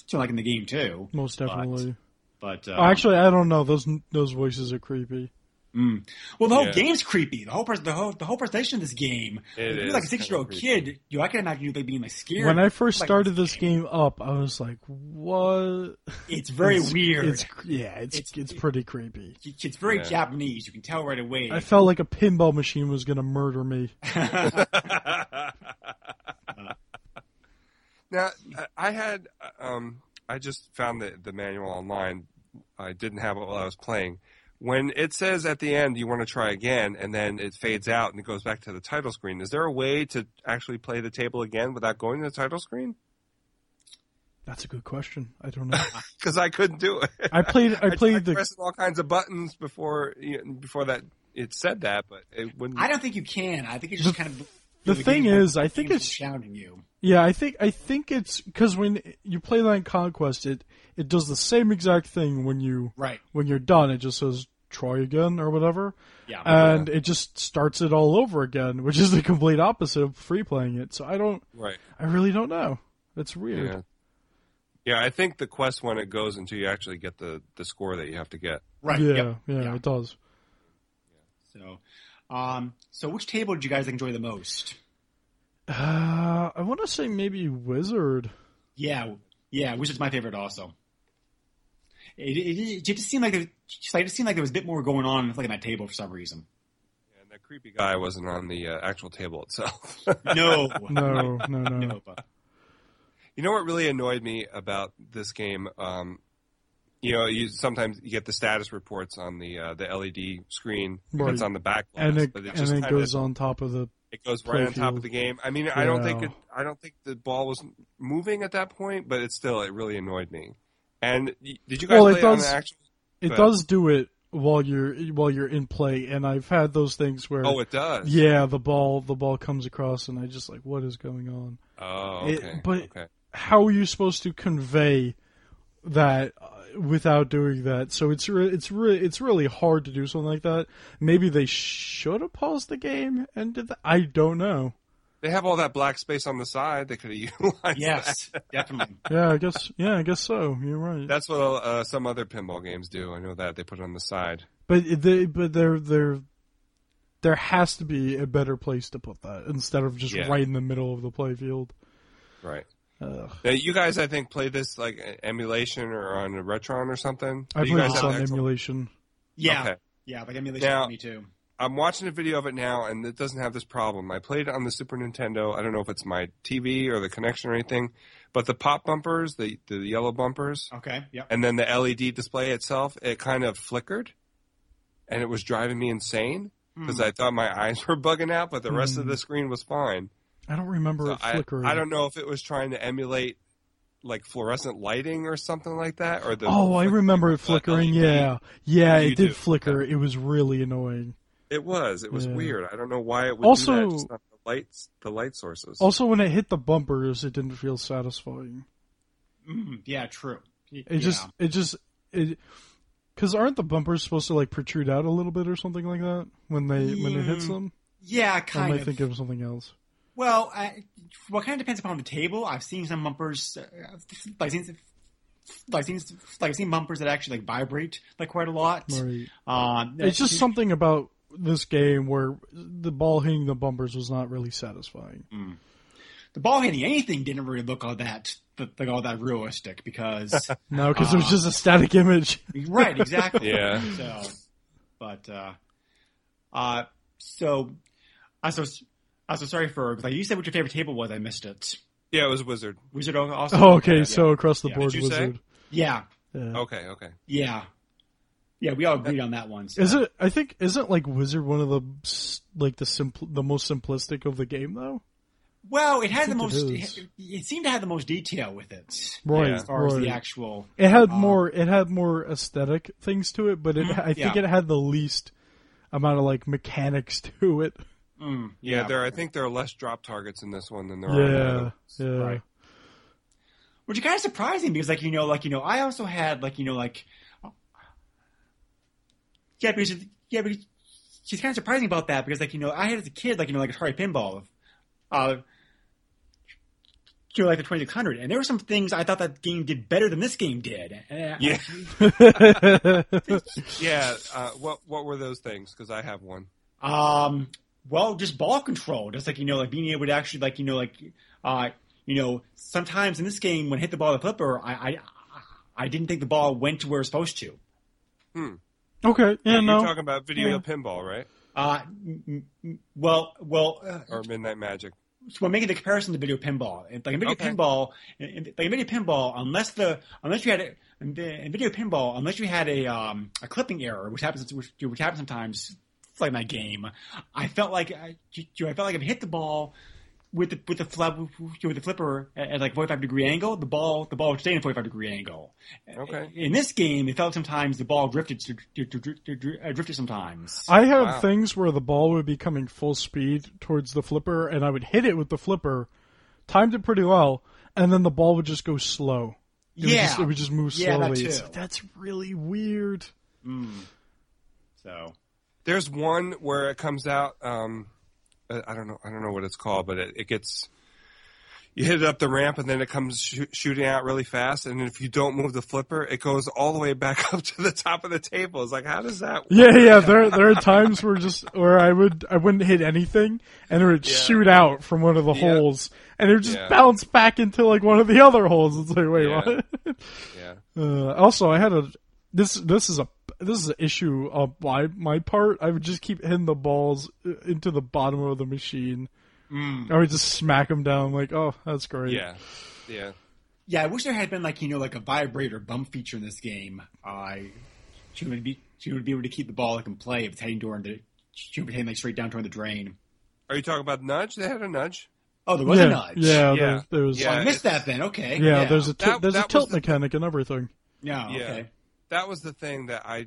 S4: so, like in the game too.
S5: Most definitely.
S4: But
S5: Oh,
S4: uh,
S5: actually, I don't know. Those those voices are creepy.
S4: Mm. Well, the whole
S6: Yeah.
S4: game's creepy. The whole pres- the whole the whole presentation of this game.
S6: It
S4: if you were,
S6: is
S4: like a six year old
S6: kinda
S4: kid, you know, I can imagine you like being like scared.
S5: When I first
S4: Like,
S5: started this game up, I was like, "What?"
S4: it's very
S5: It's-
S4: weird.
S5: It's yeah, it's it's,
S4: It's-
S5: pretty creepy.
S4: It's, it's very
S6: Yeah.
S4: Japanese. You can tell right away.
S5: I felt like a pinball machine was gonna murder me.
S6: now, I- I had, um, I just found the, the manual online. I didn't have it while I was playing. When it says at the end you want to try again, and then it fades out and it goes back to the title screen, is there a way to actually play the table again without going to the title screen?
S5: That's a good question. I don't know.
S6: Because I couldn't do it.
S5: I played. I
S6: I
S5: played the.
S6: pressed all kinds of buttons before you know, before that it said that, but it wouldn't.
S4: I don't think you can. I think it's just kind of
S5: the thing
S4: game-
S5: is, I think
S4: game's
S5: it's-
S4: shouting you.
S5: Yeah, I think. I think it's because when you play that in Conquest, it it does the same exact thing when you
S4: Right.
S5: when you're done. It just says try again or whatever,
S4: Yeah.
S5: and it just starts it all over again, which is the complete opposite of free playing it. So I don't.
S6: right.
S5: I really don't know. It's weird.
S6: Yeah. Yeah, I think the quest when it goes until you actually get the, the score that you have to get.
S4: right.
S5: Yeah,
S4: Yep.
S5: yeah,
S4: Yeah.
S5: it does.
S4: So, um, so which table did you guys enjoy the most?
S5: Uh, I want to say maybe Wizard.
S4: Yeah. Yeah. Which is my favorite also. It, it, it just seemed like there, just, like, it just seemed like there was a bit more going on like on that table for some reason.
S6: And that creepy guy wasn't on the uh, actual table itself.
S4: No.
S5: No, no, no.
S4: No. But,
S6: you know what really annoyed me about this game? Um, you know, you sometimes you get the status reports on the uh, the LED screen
S5: Right.
S6: that's on the back glass,
S5: And it,
S6: but it
S5: and
S6: just
S5: it
S6: kinda-
S5: goes on top of the.
S6: it goes right on top
S5: Playfield.
S6: of the game. I mean, I don't think
S5: Yeah.
S6: it, I don't think the ball was moving at that point, but it still it really annoyed me. And y- did you guys
S5: Well, it
S6: play it on
S5: does-
S6: the actual?
S5: It
S6: But-
S5: does do it while you're while you're in play, and I've had those things where.
S6: Oh, it does.
S5: yeah, the ball the ball comes across, and I just like, what is going on?
S6: Oh, okay.
S5: It- but-
S6: okay.
S5: How are you supposed to convey that uh, without doing that? So it's re- it's re- it's really hard to do something like that. Maybe they should have paused the game and did that. I don't know.
S6: They have all that black space on the side. They could have utilized. that.
S4: yes. Definitely.
S5: Yeah, I guess. Yeah, I guess so. You're right.
S6: That's what uh, some other pinball games do. I know that they put it on the side.
S5: But they, but there, there, there has to be a better place to put that instead of just
S6: Yeah.
S5: right in the middle of the playfield.
S6: Right.
S5: Ugh.
S6: Now, you guys, I think, played this like uh, emulation or on a Retron or something.
S5: I
S6: Do you
S5: believe
S6: guys
S5: it's
S6: have
S5: on
S6: the actual-
S5: emulation.
S4: Yeah.
S6: Okay.
S4: Yeah. Like emulation
S6: Now-
S4: for me too.
S6: I'm watching a video of it now, and it doesn't have this problem. I played it on the Super Nintendo. I don't know if it's my TV or the connection or anything, but the pop bumpers, the the yellow bumpers,
S4: Okay. Yep.
S6: and then the LED display itself, it kind of flickered, and it was driving me insane
S4: Mm.
S6: because I thought my eyes were bugging out, but the rest of
S5: Hmm.
S6: the screen was fine.
S5: I don't remember
S6: So
S5: it
S6: I,
S5: flickering.
S6: I don't know if it was trying to emulate like fluorescent lighting or something like that, or the
S5: oh, I
S6: flick-
S5: remember it
S6: the
S5: flickering.
S6: LED.
S5: Yeah, yeah,
S6: You
S5: it did
S6: do.
S5: flicker. It was really annoying.
S6: It was. It was
S5: Yeah.
S6: weird. I don't know why it would
S5: Also-
S6: do that, just not the lights, the light sources.
S5: Also, when it hit the bumpers, it didn't feel satisfying.
S4: Mm, yeah. True. It
S5: It just, it just, it. Because aren't the bumpers supposed to like protrude out a little bit or something like that when they when it hits
S4: Mm,
S5: them?
S4: Yeah,
S5: Or am
S4: kind
S5: I
S4: of.
S5: thinking of something else?
S4: Well, I, well, it kind of depends upon the table. I've seen some bumpers, uh, like seen, like seen, like I've seen bumpers that actually like vibrate like quite a lot.
S5: Right.
S4: Um,
S5: It's just something about this game where the ball hitting the bumpers was not really satisfying.
S4: Mm. the ball hitting anything didn't really look all that like all that realistic because
S5: No, because
S4: Uh,
S5: it was just a static image.
S4: right exactly
S6: Yeah.
S4: so but uh uh so I'm so I'm so sorry for like you said what your favorite table was I missed it
S6: yeah, it was Wizard.
S4: Wizard also
S5: Oh, okay,
S4: Yeah.
S5: so across the
S4: Yeah.
S5: board
S6: Did you say?
S5: wizard.
S4: yeah Oh,
S5: Yeah.
S6: Okay, okay.
S4: yeah yeah we all agreed on that one so.
S5: Is it? I think isn't like wizard one of the s- like the simple the most simplistic of the game though.
S4: Well, it had the
S5: think
S4: most.
S5: it is.
S4: It, it seemed to have the most detail with it,
S5: Right,
S4: As far as the
S5: right.
S4: actual,
S5: It had
S4: Um, Mm-hmm.
S5: more. It had more aesthetic things to it, but it. I think
S4: yeah.
S5: it had the least amount of like mechanics to it.
S4: mm, yeah,
S6: Yeah, there. I think there are less drop targets in this one than there are. in
S5: yeah,
S6: the other.
S5: yeah.
S4: Right. which is kind of surprising because, like you know, like you know, I also had like you know, like yeah, because it- yeah, because she's kind of surprising about that because, like you know, I had as a kid, like you know, like Atari Pinball, uh, you know, like the twenty six hundred, and there were some things I thought that game did better than this game did. And I-
S6: Yeah,
S5: yeah,
S6: yeah. Uh, what what were those things? Because I have one.
S4: Um, well, just ball control, just like you know, like being able to actually, like you know, like uh, you know, sometimes in this game when I hit the ball with a flipper, I, I I didn't think the ball went to where it was supposed to.
S5: okay. Yeah,
S6: You're
S5: no.
S6: talking about video
S5: Yeah.
S6: pinball, right?
S4: Uh, m- m- m- well, well, uh,
S6: Or Midnight Magic?
S4: so I'm making the comparison to video pinball. And, Like in video
S6: Okay.
S4: pinball, in, in, like in video pinball, unless the unless you had a, in, in video pinball, unless you had a um, a clipping error, which happens which, which happens sometimes, it's like my game. I felt like I, you know, I felt like if I hit the ball with the with the flip with the flipper at, at like 45 degree angle, the ball the ball would stay in a 45 degree angle.
S6: Okay.
S4: In this game, it felt sometimes the ball drifted to, to, to, to, to, uh, drifted sometimes.
S5: I have
S6: Wow.
S5: things where the ball would be coming full speed towards the flipper, and I would hit it with the flipper, timed it pretty well, and then the ball would just go slow.
S4: yeah.
S5: It would just, it would just move slowly.
S4: Yeah, that
S5: It's
S4: too.
S5: like, that's really weird.
S4: so.
S6: There's one where it comes out. Um, I I don't know. I don't know what it's called, but it, it gets. You hit it up the ramp, and then it comes shoo- shooting out really fast. And if you don't move the flipper, it goes all the way back up to the top of the table. It's like, how does that? work?
S5: Yeah, yeah. There, there are times where just where I would I wouldn't hit anything, and it would shoot out from one of the
S6: Yeah.
S5: holes, and it would just
S6: Yeah.
S5: bounce back into like one of the other holes. It's like, wait,
S6: Yeah.
S5: what?
S6: Yeah.
S5: Uh, also, I had a this this is a this is an issue on my my part. I would just keep hitting the balls uh, into the bottom of the machine. I would just smack them down. Like, oh, that's great.
S6: Mm. Yeah. Yeah.
S4: Yeah, I wish there had been like you know like a vibrator bump feature in this game. I she would be she would be able to keep the ball like in play if it's heading toward the she would be heading like straight down toward the drain.
S6: Are you talking about nudge? They had a nudge.
S4: Oh, there was
S5: yeah,
S4: a nudge.
S5: yeah.
S6: Yeah.
S5: There, there was.
S4: Oh, I
S6: Yeah,
S4: missed
S6: it's-
S4: that then. Okay.
S5: yeah, there's a t-
S6: That-
S5: there's
S6: that
S5: a tilt
S6: was the-
S5: mechanic and everything.
S4: no.
S6: Yeah.
S4: Okay.
S6: That was the thing that I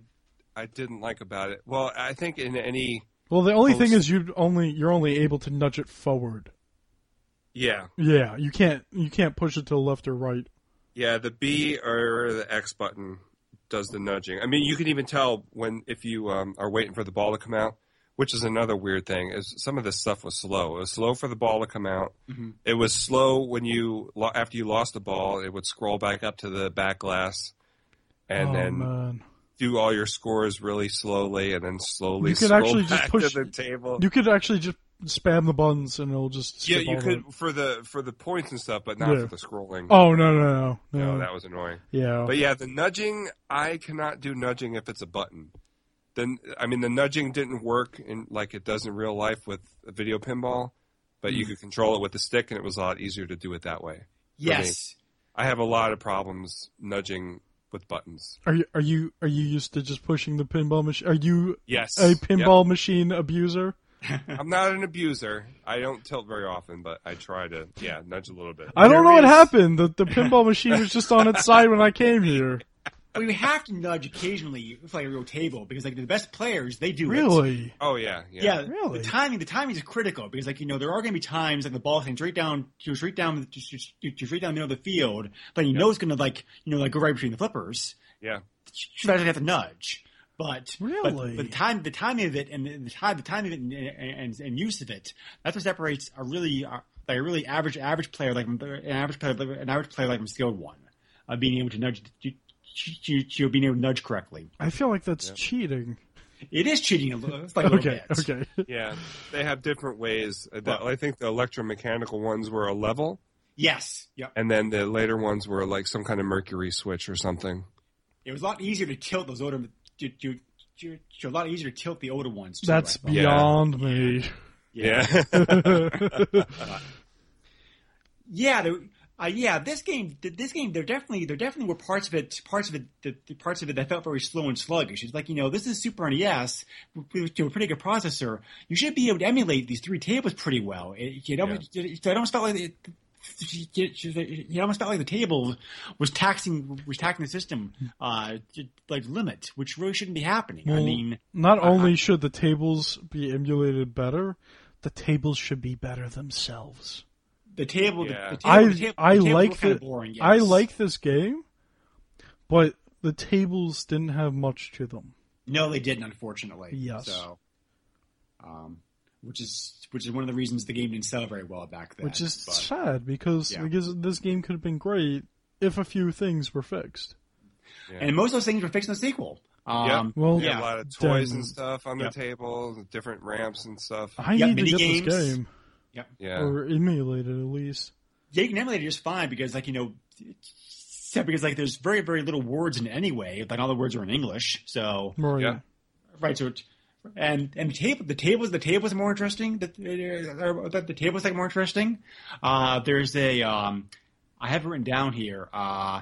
S6: I didn't like about it. Well, I think in any
S5: Well, the only thing
S6: Post-
S5: is you only you're only able to nudge it forward.
S6: yeah
S5: Yeah, you can't you can't push it to the left or right.
S6: yeah the B or the X button does the nudging. I mean, you can even tell when if you um, are waiting for the ball to come out, which is another weird thing. Is some of this stuff was slow. It was slow for the ball to come out.
S5: Mm-hmm.
S4: Mhm.
S6: It was slow when you lo- after you lost the ball, it would scroll back up to the back glass. And
S5: oh,
S6: then
S5: man.
S6: do all your scores really slowly, and then slowly
S5: You could
S6: scroll
S5: actually just
S6: back
S5: push-
S6: to the table.
S5: you could actually just spam the buttons and it'll just
S6: Yeah,
S5: skip
S6: you
S5: all
S6: could
S5: of it.
S6: for the for the points and stuff, but not
S5: Yeah.
S6: for the scrolling.
S5: Oh no no no no!
S6: no, that was annoying.
S5: yeah,
S6: But yeah, the nudging, I cannot do nudging if it's a button. Then I mean, the nudging didn't work in like it does in real life with a video pinball, but you could control it with the stick, and it was a lot easier to do it that way.
S4: Yes.
S6: I have a lot of problems nudging with buttons.
S5: Are you are you are you used to just pushing the pinball machine? Are you
S6: Yes,
S5: a pinball machine abuser?
S6: Yep. I'm not an abuser. I don't tilt very often, but I try to yeah nudge a little bit.
S5: I don't know what
S4: There is-
S5: happened. The the pinball machine was just on its side when I came here.
S4: Well, you have to nudge occasionally for like a real table because like the best players they do it.
S5: Really?
S6: Oh yeah, yeah.
S4: Yeah,
S5: Really?
S4: The timing, the timing is critical because, like you know, there are going to be times like the ball can straight down, to straight down, to, to, to straight down the middle of the field, but you know it's going to like you know like go right between the flippers.
S6: Yeah.
S4: should actually have to nudge. But but-
S5: Really?
S4: but, the time, the timing of it, and the, the time, the timing of it, and, and, and use of it, that's what separates a really uh, like a really average average player like an average player an average player like a skilled one, uh, being able to nudge, you, you, you being able to nudge correctly.
S5: I feel like that's cheating.
S4: It is cheating a little, it's like a little
S5: Okay,
S4: bit.
S5: okay.
S6: Yeah, they have different ways. Uh, the- I think the electromechanical ones were a level,
S4: Yes. Yep.
S6: and then the later ones were like some kind of mercury switch or something.
S4: It was a lot easier to tilt those older. To, to, to, to a lot easier to tilt the older ones. Too,
S5: That's
S4: I thought.
S6: Yeah.
S5: beyond me.
S6: Yeah,
S4: yeah. There, Uh, yeah, this game, th- this game, there definitely, there definitely were parts of it, parts of it, the, the parts of it that felt very slow and sluggish. It's like you know, this is Super E NES with, with a pretty good processor. You should be able to emulate these three tables pretty well. It, you know,
S6: Yeah.
S4: it, it almost felt like it, it almost felt like the table was taxing, was taxing the system uh, to, like limit, which really shouldn't be happening. I
S5: Well,
S4: mean,
S5: Not only should the tables be emulated better, the tables should be better themselves.
S4: the table, the-
S6: Yeah.
S4: the, table,
S5: I
S4: the table,
S5: I
S4: the tables were
S5: like
S4: kinda
S5: the,
S4: boring. Yes.
S5: I like this game, but the tables didn't have much to them.
S4: No, they didn't, unfortunately.
S5: Yes.
S4: So, um, which is which is one of the reasons the game didn't sell very well back then.
S5: Which is
S4: but-
S5: sad because
S4: Yeah.
S5: I guess this game could have been great if a few things were fixed.
S4: and most of those things were fixed in the sequel. Um,
S5: Well,
S6: yeah,
S4: Yeah.
S6: a lot of toys
S5: Then-
S6: and stuff on
S4: Yep.
S6: the table, different ramps and stuff.
S5: I
S4: Yeah,
S5: need to get
S4: minigames.
S5: this game
S6: Yeah,
S4: Uh,
S5: or emulate it at least.
S4: yeah, you can emulate it just fine because, like you know, except because like there's very very little words in it anyway. Like all the words are in English. So
S5: Maria.
S6: Yeah.
S4: right, so. It, and and the table the tables the tables are more interesting the uh, the, the tables like more interesting. Uh, there's a um, I have it written down here. Uh,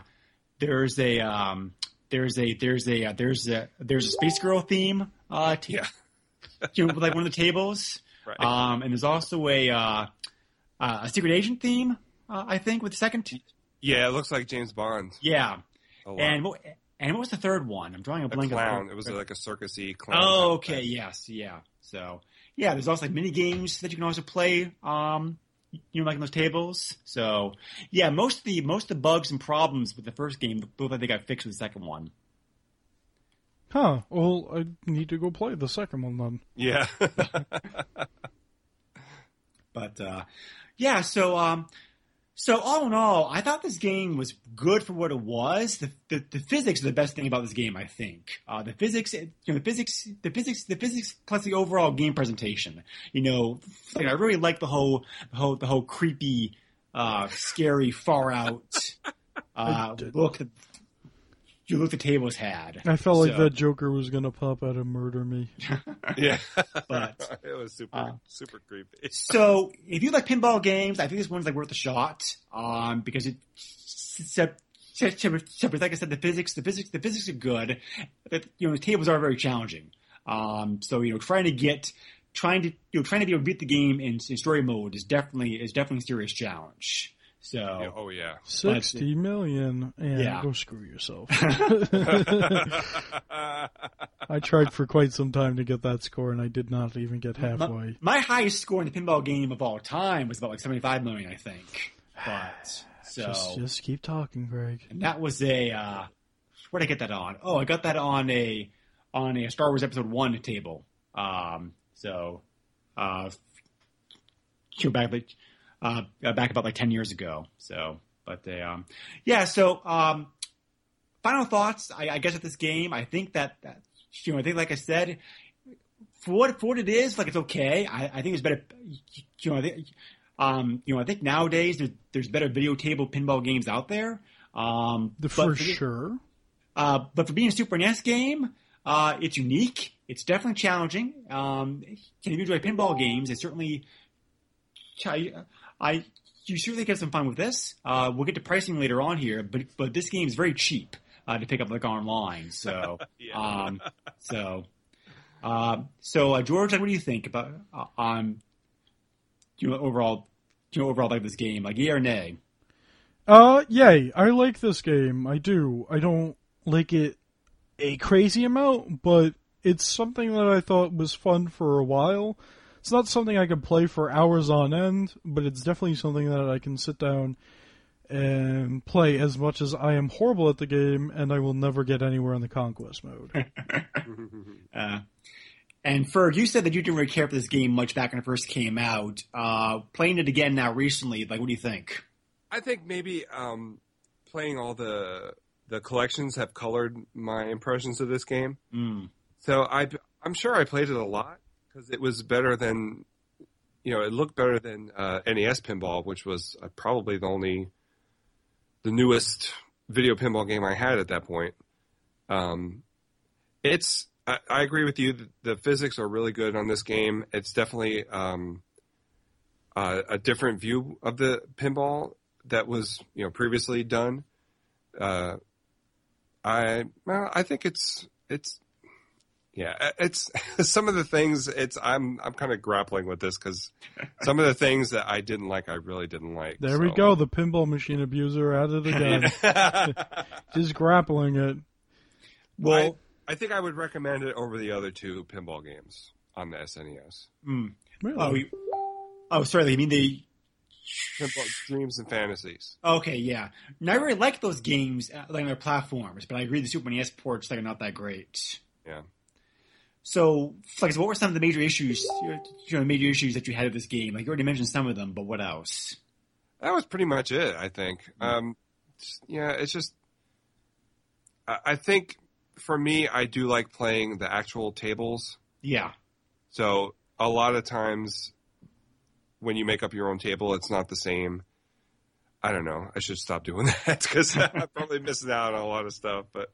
S4: there's a um, there's a there's a uh, there's a there's a space girl theme uh t-
S6: Yeah.
S4: you know, like one of the tables
S6: Right.
S4: um and there's also a uh, uh a secret agent theme uh, i think with the second t-
S6: yeah. It looks like James Bond.
S4: yeah
S6: A lot.
S4: and what and what was the third one i'm drawing a
S6: a
S4: blank on the
S6: clown.
S4: third-
S6: It was like a circusy clown.
S4: oh
S6: type
S4: okay
S6: thing.
S4: yes yeah so yeah there's also like mini games that you can also play um you know, like on those tables. So, yeah, most of the most of the bugs and problems with the first game look like they got fixed with the second one.
S5: Huh. Well, I need to go play the second one then.
S6: Yeah.
S4: But uh, yeah, so um, so all in all, I thought this game was good for what it was. The, the, the physics are the best thing about this game, I think. Uh, the physics, you know, the physics, the physics, the physics, plus the overall game presentation. You know, like, I really like the whole, the whole, the whole creepy, uh, scary, far out uh, look that you look the tables had.
S5: I felt like
S4: So-
S5: that Joker was gonna pop out and murder me.
S6: yeah.
S4: But,
S6: it was super
S4: uh,
S6: super creepy.
S4: So if you like pinball games, I think this one's like worth a shot. Um, because it, except, like I said, the physics, the physics, the physics are good. But, you know, the tables are very challenging. Um, so you know, trying to get, trying to, you know, trying to be able to beat the game in, in story mode is definitely is definitely a serious challenge. So
S6: Yeah, oh yeah.
S5: Sixty million and
S4: Yeah.
S5: go screw yourself. I tried for quite some time to get that score and I did not even get halfway.
S4: my highest score in the pinball game of all time was about like seventy-five million, I think. But so
S5: Just just keep talking, Greg.
S4: and that was a uh, where did I get that on? Oh, I got that on a on a Star Wars Episode One table. Um, so, uh, you know, back like uh, back about like ten years ago. So, but they, um, yeah. So, um, final thoughts. I, I guess at this game, I think that, that you know, I think like I said. For what, for what it is, like it's okay. I, I think it's better. You know, I think, um, you know, I think nowadays there, there's better video table pinball games out there. Um,
S5: The
S4: but
S5: for
S4: for the-
S5: sure.
S4: uh, but for being a Super NES game, uh, it's unique. It's definitely challenging. Um, can you enjoy pinball games? It certainly, I, I, you certainly get some fun with this. Uh, we'll get to pricing later on here, but but this game is very cheap uh, to pick up like online. So, um, so, um, so uh, George, like, what do you think about uh, um, you know, overall, you know, overall like this game, like yeah or nay?
S5: Uh, yay! I like this game. I do. I don't like it a crazy amount, but it's something that I thought was fun for a while. It's not something I could play for hours on end, but it's definitely something that I can sit down and play as much as I am horrible at the game and I will never get anywhere in the conquest mode.
S4: Uh, and Ferg, you said that you didn't really care for this game much back when it first came out. Uh, playing it again now recently, like, what do you think?
S6: I think maybe um, playing all the the collections have colored my impressions of this game.
S4: Mm.
S6: So I I'm sure I played it a lot because it was better than you know it looked better than uh, NES Pinball, which was uh, probably the only the newest video pinball game I had at that point. Um, it's I, I agree with you. The, the physics are really good on this game. It's definitely um, uh, a different view of the pinball that was you know previously done, uh, I well, I think it's it's yeah uh, it's some of the things it's I'm I'm kind of grappling with this because some of the things that I didn't like I really didn't like.
S5: There we
S6: so-
S5: go. The pinball machine abuser out of the gun. Just grappling it.
S4: Well,
S6: I, I think I would recommend it over the other two pinball games on the E SNES.
S4: mm.
S5: Really?
S4: oh, we, oh, sorry. You mean the
S6: Pinball Dreams and Fantasies.
S4: Okay, yeah. Now I really like those games, uh, like on their platforms, but I agree the Super NES ports like are not that great.
S6: Yeah.
S4: So, like, so what were some of the major issues? You know, major issues that you had with this game. Like you already mentioned some of them, but what else?
S6: That was pretty much it, I think. Um, just- yeah, it's just. I, I think for me, I do like playing the actual tables.
S4: Yeah,
S6: So a lot of times when you make up your own table, it's not the same. I don't know. I should stop doing that because I'm probably missing out on a lot of stuff. But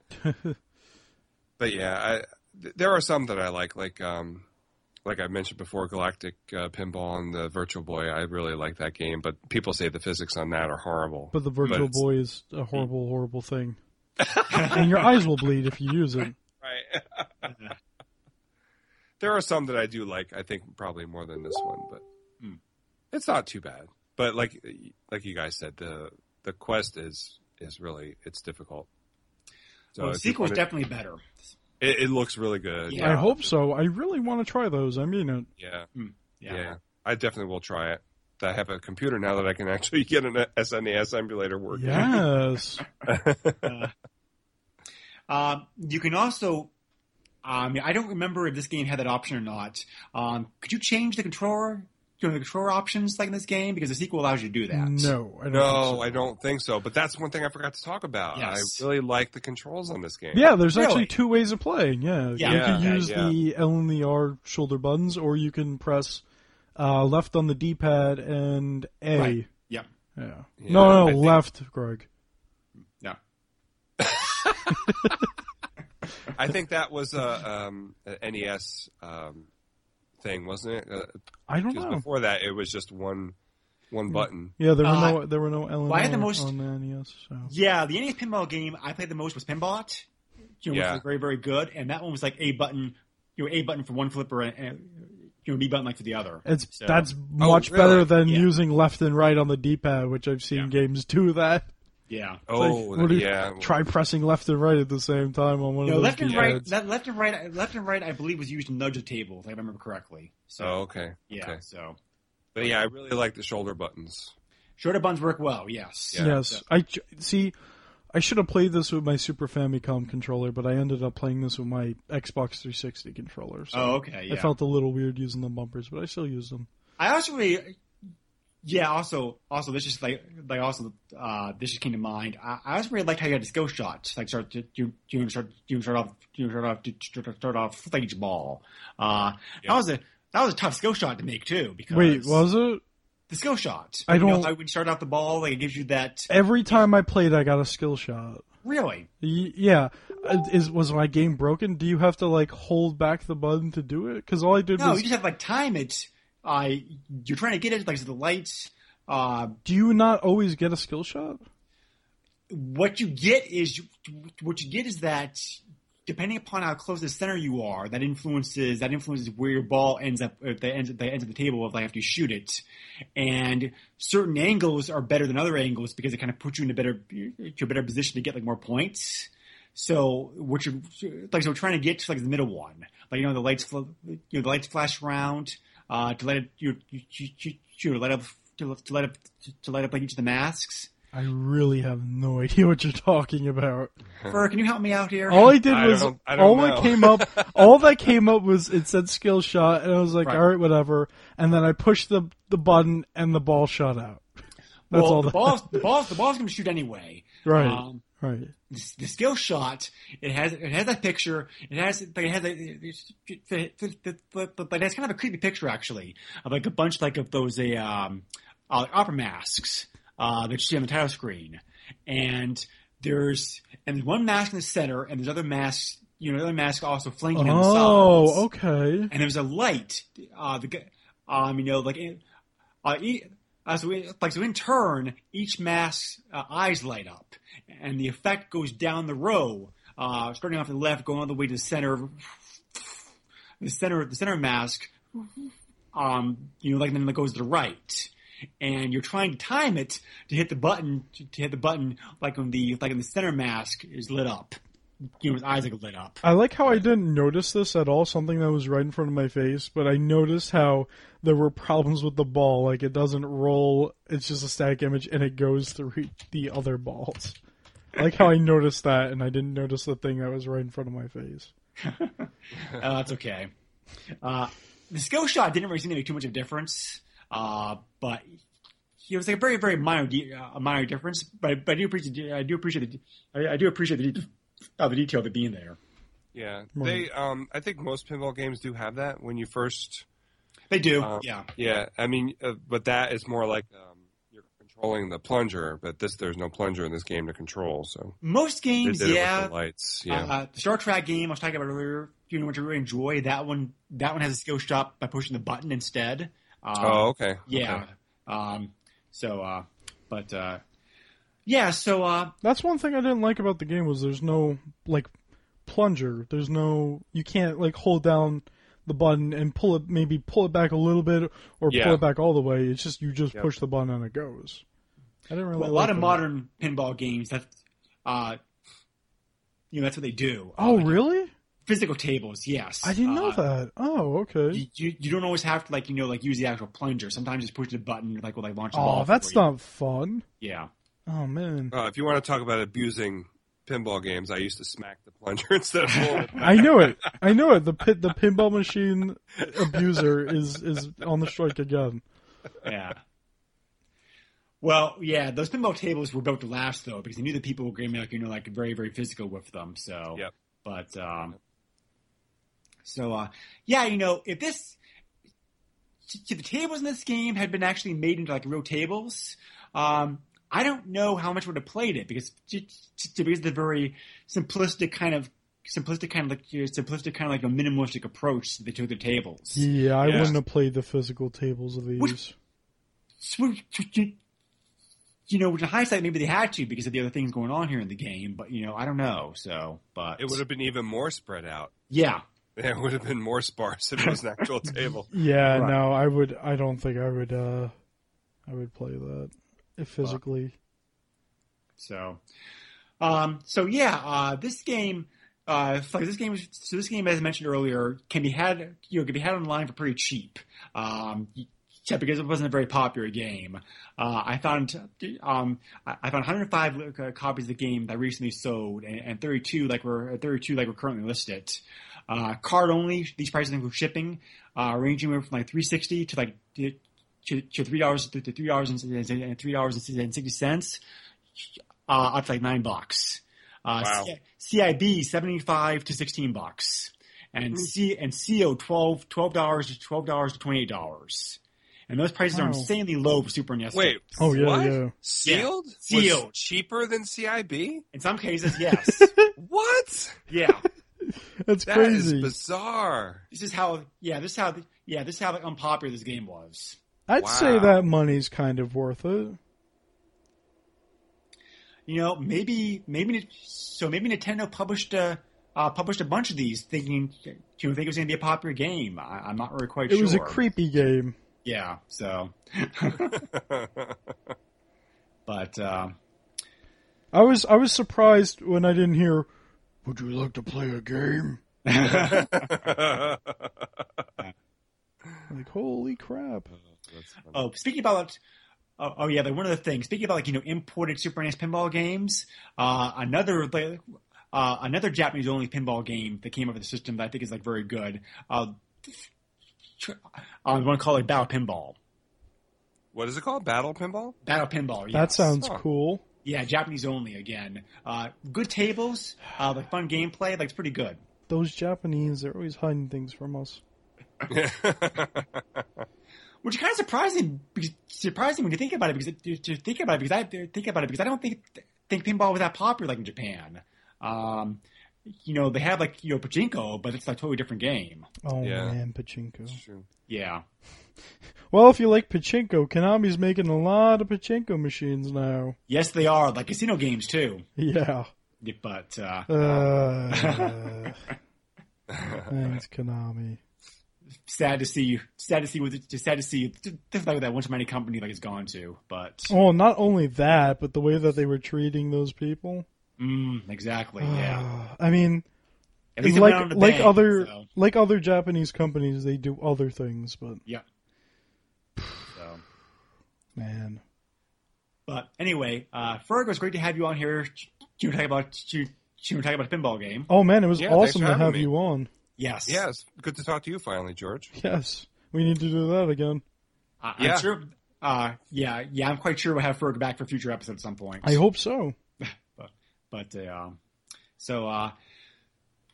S6: but yeah, I, th- there are some that I like, like um, like I mentioned before, Galactic uh, Pinball and the Virtual Boy. I really like that game, but people say the physics on that are horrible.
S5: But the virtual
S6: it's-
S5: boy is a horrible, horrible thing. and your eyes will bleed if you use it.
S6: right. Mm-hmm. there are some that I do like. I think probably more than this one, but
S4: Hmm.
S6: it's not too bad. But like like you guys said, the the quest is is really it's difficult. So
S4: well, the
S6: if you
S4: sequel is
S6: wanna-
S4: definitely better.
S6: it, it looks really good.
S4: Yeah.
S5: I hope so. I really want to try those. I mean it.
S6: Yeah,
S4: Yeah.
S6: yeah, I definitely will try it. I have a computer now that I can actually get an SNES emulator working.
S5: Yes.
S4: Um, you can also. I mean, I don't remember if this game had that option or not. Um, could you change the controller? You know, the controller options like in this game because the sequel allows you to do that.
S5: No, I don't think
S6: No,
S5: so.
S6: I don't think so. But that's one thing I forgot to talk about.
S4: Yes.
S6: I really like the controls on this game.
S5: Yeah, there's
S4: Really?
S5: actually two ways of playing. Yeah,
S4: Yeah.
S5: you can
S4: Yeah,
S5: use
S6: yeah.
S5: the L and the R shoulder buttons, or you can press uh, left on the D-pad and A.
S4: Right. Yep.
S5: Yeah.
S6: Yeah,
S5: No, no,
S6: I think-
S5: left, Greg.
S4: No.
S6: I think that was a, um, a NES um, thing, wasn't it? Uh,
S5: I don't
S6: 'cause
S5: know.
S6: before that, it was just one one button.
S5: yeah, there were
S4: Uh,
S5: no there were no L and
S4: why
S5: R
S4: the most-
S5: on the NES. So.
S4: Yeah, the NES pinball game I played the most was Pinbot, you know,
S6: Yeah.
S4: which was very very good, and that one was like a button, you know, a button for one flipper and, and you know, B button like for the other.
S5: It's
S4: So-
S5: that's much better
S6: Oh, really?
S5: than
S4: Yeah.
S5: using left and right on the D-pad, which I've seen
S4: Yeah.
S5: games do that.
S4: yeah.
S6: Oh,
S5: Like, what do you-
S6: yeah.
S5: Try pressing left and right at the same time on one
S4: No,
S5: of those
S4: left and
S5: D-pads.
S4: right, left, left and right, left and right. I believe was used to nudge the table, if I remember correctly. So
S6: Oh, okay.
S4: yeah,
S6: Okay.
S4: so
S6: But yeah, I really like the shoulder buttons.
S4: shorter buttons work well. Yes.
S6: Yeah.
S5: yes, I ch- see. I should have played this with my Super Famicom controller, but I ended up playing this with my Xbox 360 controller. So
S4: Oh, okay. Yeah.
S5: I felt a little weird using the bumpers, but I still used them.
S4: I also really, yeah. Also, also this just like like also uh, this just came to mind. I, I also really liked how you had the skill shots. Like start to- you you start you start off you start off you start- start off with like each ball. Uh, That was a that was a tough skill shot to make too. Because
S5: Wait, was it?
S4: the skill shot?
S5: I
S4: You know,
S5: don't-
S4: like when you start off the ball, like it gives you that.
S5: Every time I played, I got a skill shot.
S4: Really?
S5: Y- yeah, Uh, is was my game broken? Do you have to like hold back the button to do it? Because all I did
S4: No,
S5: was.
S4: you just have to, like time it. I you're trying to get it like to the lights. Uh,
S5: Do you not always get a skill shot?
S4: what you get is what you get is that depending upon how close to the center you are, that influences that influences where your ball ends up at the ends at the ends of the table if I have to shoot it. And certain angles are better than other angles because it kind of puts you in a better to a better position to get like more points. So what you're like so trying to get to like the middle one, like you know the lights fl- you know the lights flash around uh, to let it you you, you, you let up to, to let up to let up like each of the masks.
S5: I really have no idea what you're talking about.
S4: Fur, can you help me out here?
S5: All I did
S6: I
S5: was
S6: don't- I don't
S5: all
S6: know.
S5: that came up. All that came up was it said skill shot, and I was like,
S4: Right.
S5: all right, whatever. And then I pushed the the button, and the ball shot out. That's
S4: well,
S5: all.
S4: the
S5: that-
S4: ball's the ball's the ball's going to shoot anyway.
S5: right,
S4: Um,
S5: right.
S4: the, the skill shot it has it has that picture. It has it has a but it has kind of a creepy picture actually of like a bunch like of those a um uh, opera masks uh, that you see on the title screen, and there's and there's one mask in the center, and there's other masks. You know, the other mask also flanking on the sides
S5: Oh, okay.
S4: and there was a light. Uh, the gu- um, you know, like uh, e- Uh, so, we, like, so in turn, each mask's uh, eyes light up, and the effect goes down the row, uh, starting off the left, going all the way to the center, of- the center, the center mask. Um, you know, like then it goes to the right, and you're trying to time it to hit the button to, to hit the button like when the like when the center mask is lit up. You know, his eyes are lit up.
S5: I like how I didn't notice this at all, something that was right in front of my face, but I noticed how there were problems with the ball. Like, it doesn't roll, it's just a static image, and it goes through each- the other balls. I like how I noticed that, and I didn't notice the thing that was right in front of my face.
S4: Uh, that's okay. Uh, the skill shot didn't really seem to make too much of a difference, uh, but it was like a very, very minor, de- uh, a minor difference. But but I do appreciate, I do appreciate the, I, I do appreciate the, de- uh, the detail of it being there.
S6: Yeah,
S5: Right.
S6: they. Um, I think most pinball games do have that when you first.
S4: They do,
S6: Um,
S4: yeah.
S6: Yeah, I mean, uh, but that is more like um, you're controlling the plunger, but this there's no plunger in this game to control. So
S4: Most
S6: they
S4: games,
S6: did it
S4: yeah.
S6: with the lights.
S4: Uh,
S6: Yeah,
S4: Uh, the Star Trek game I was talking about earlier, you know, which I really enjoy. That one, that one has a skill shot by pushing the button instead. Um,
S6: oh, okay.
S4: yeah.
S6: okay.
S4: Um, so, uh, but uh, yeah, so uh,
S5: That's one thing I didn't like about the game was there's no, like, plunger. There's no, you can't, like, hold down the button and pull it, maybe pull it back a little bit, or
S6: Yeah.
S5: pull it back all the way. It's just, you just
S6: Yep.
S5: push the button and it goes. I didn't really
S4: Well, a
S5: like
S4: lot of
S5: that.
S4: modern pinball games that, uh, you know, that's what they do.
S5: Oh,
S4: Uh,
S5: really?
S4: Physical tables, yes.
S5: I didn't know
S4: Uh,
S5: that. Oh,
S4: You,
S5: okay.
S4: you, you don't always have to like you know like use the actual plunger. Sometimes just push the button like will like launch. The
S5: Oh,
S4: ball
S5: that's
S4: for you.
S5: not fun.
S4: Yeah.
S5: Oh man,
S6: Uh, if you want to talk about abusing pinball games, I used to smack the plunger instead of holding it.
S5: I know it. I know it. The pit, the pinball machine abuser is is on the strike again.
S4: yeah. Well, yeah, those pinball tables were built to last though, because they knew that people were going to be like you know like very very physical with them. So,
S6: Yep.
S4: but um, so uh, yeah, you know, if this if the tables in this game had been actually made into like real tables, um, I don't know how much would have played it because because of the very simplistic kind of simplistic kind of like simplistic kind of like a minimalistic approach that they took to tables.
S5: Yeah, I
S6: Yeah.
S5: wouldn't have played the physical tables of these.
S4: Which- So, you know, which in hindsight, maybe they had to because of the other things going on here in the game. But you know, I don't know. So, but
S6: It would have been even more spread out.
S4: yeah,
S6: It would have been more sparse if it was an actual table.
S5: Yeah,
S4: Right.
S5: no, I would. I don't think I would. uh I would play that if physically.
S4: so, um, so yeah, uh, this game, uh, it's like this game, is- so this game, as I mentioned earlier, can be had, you know, can be had online for pretty cheap. Um, yeah, because it wasn't a very popular game. Uh, I found, um, I I found 105 li- uh, copies of the game that recently sold, and, and 32 like were 32 like were currently listed. Uh, card only. These prices include shipping, uh, ranging from like 360 to like to, to three dollars to three dollars and three dollars and sixty cents, uh, up to like nine bucks. Uh,
S6: Wow.
S4: C- CIB 75 to 16 bucks, and
S5: Mm-hmm.
S4: C and CO 12 dollars to twelve dollars to twenty eight dollars. And those prices are
S5: Wow.
S4: insanely low for Super E NES.
S6: Wait.
S5: Oh, yeah,
S6: what?
S5: yeah.
S6: Sealed? Was
S4: Sealed.
S6: cheaper than CIB?
S4: In some cases, yes.
S6: What?
S4: yeah.
S5: That's
S6: That is
S5: crazy.
S6: bizarre.
S4: This is how yeah, this is how yeah, this is how like, unpopular this game was.
S5: I'd say
S6: Wow.
S5: that money's kind of worth it.
S4: You know, maybe maybe so maybe Nintendo published a uh, published a bunch of these thinking you know, think it was going to be a popular game. I, I'm not really quite
S5: It
S4: sure.
S5: was a creepy game.
S4: Yeah, so but uh,
S5: I was I was surprised when I didn't hear. Would you like to play a game? Like holy crap!
S4: Oh, speaking about. Oh, oh yeah, like one of the things. Speaking about like you know imported Super NES pinball games, uh, another like, uh, another Japanese only pinball game that came over the system that I think is like very good. Uh, tr- I want to call it Battle Pinball.
S6: what is it called? Battle pinball?
S4: Battle Pinball. Yes.
S5: That sounds
S6: Huh.
S5: cool.
S4: yeah, Japanese only again. Uh, good tables, uh, like fun gameplay, like it's pretty good.
S5: Those Japanese, they're always hiding things from us.
S4: which is kind of surprising because- surprising when you think about it because to- to think about it because I think about it because I don't think think pinball was that popular like in Japan. Um, you know, they have like you know pachinko, but it's a totally different game.
S5: Oh
S6: Yeah.
S5: man, pachinko.
S6: It's true.
S4: Yeah,
S5: Well, if you like pachinko, Konami's making a lot of pachinko machines now.
S4: yes, they are like casino games too.
S5: Yeah.
S4: But uh,
S5: Uh, thanks, Konami.
S4: sad to see, sad to see, what- just sad to see. Just like that one too many company like it's gone to. But
S5: Well, Oh, not only that, but the way that they were treating those people.
S4: mm, exactly, yeah.
S5: I mean,
S4: At least it went
S5: like
S4: on the
S5: like
S4: bank,
S5: other
S4: so,
S5: like other Japanese companies, they do other things, but
S4: so.
S5: man,
S4: But anyway, uh, Ferg, it was great to have you on here. You were talking about you, you were talking about a pinball game.
S5: oh man, it was
S6: Yeah, thanks
S5: awesome
S6: for
S5: to
S6: having
S5: have
S6: me.
S5: you on.
S4: Yes,
S6: Yeah, it's good to talk to you finally, George.
S5: Yes, we need to do that again.
S4: I,
S6: Yeah.
S4: I'm sure. Uh, yeah, yeah, I'm quite sure we'll have Ferg back for future episodes at some point.
S5: I hope so.
S4: But uh, so, uh,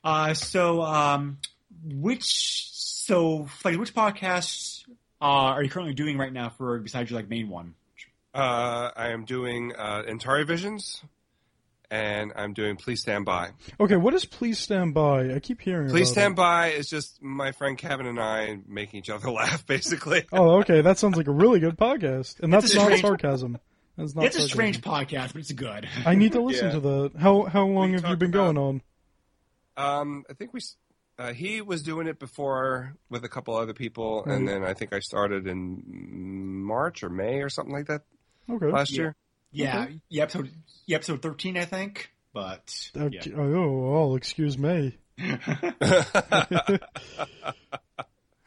S4: uh, so um, which so like which podcasts uh, are you currently doing right now for besides your like main one?
S6: Uh, I am doing uh, Antari Visions, and I'm doing Please Stand By.
S5: Okay, what is please stand by? I keep hearing.
S6: Please
S5: about
S6: Stand
S5: it.
S6: By is just my friend Kevin and I making each other laugh, basically.
S5: Oh, okay, that sounds like a really good podcast, and that's
S4: a
S5: not
S4: strange-
S5: sarcasm. That's not.
S4: It's a
S5: sarcasm.
S4: strange podcast, but it's good.
S5: I need to listen
S6: Yeah.
S5: to that. How how long have you
S6: talked
S5: been
S6: about-
S5: going on?
S6: Um, I think we. s- Uh, he was doing it before with a couple other people,
S5: Right.
S6: and then I think I started in March or May or something like that
S5: Okay.
S6: last year.
S4: yeah, yeah, episode yeah, episode thirteen, I think. But yeah.
S5: Okay, Oh, well, excuse me.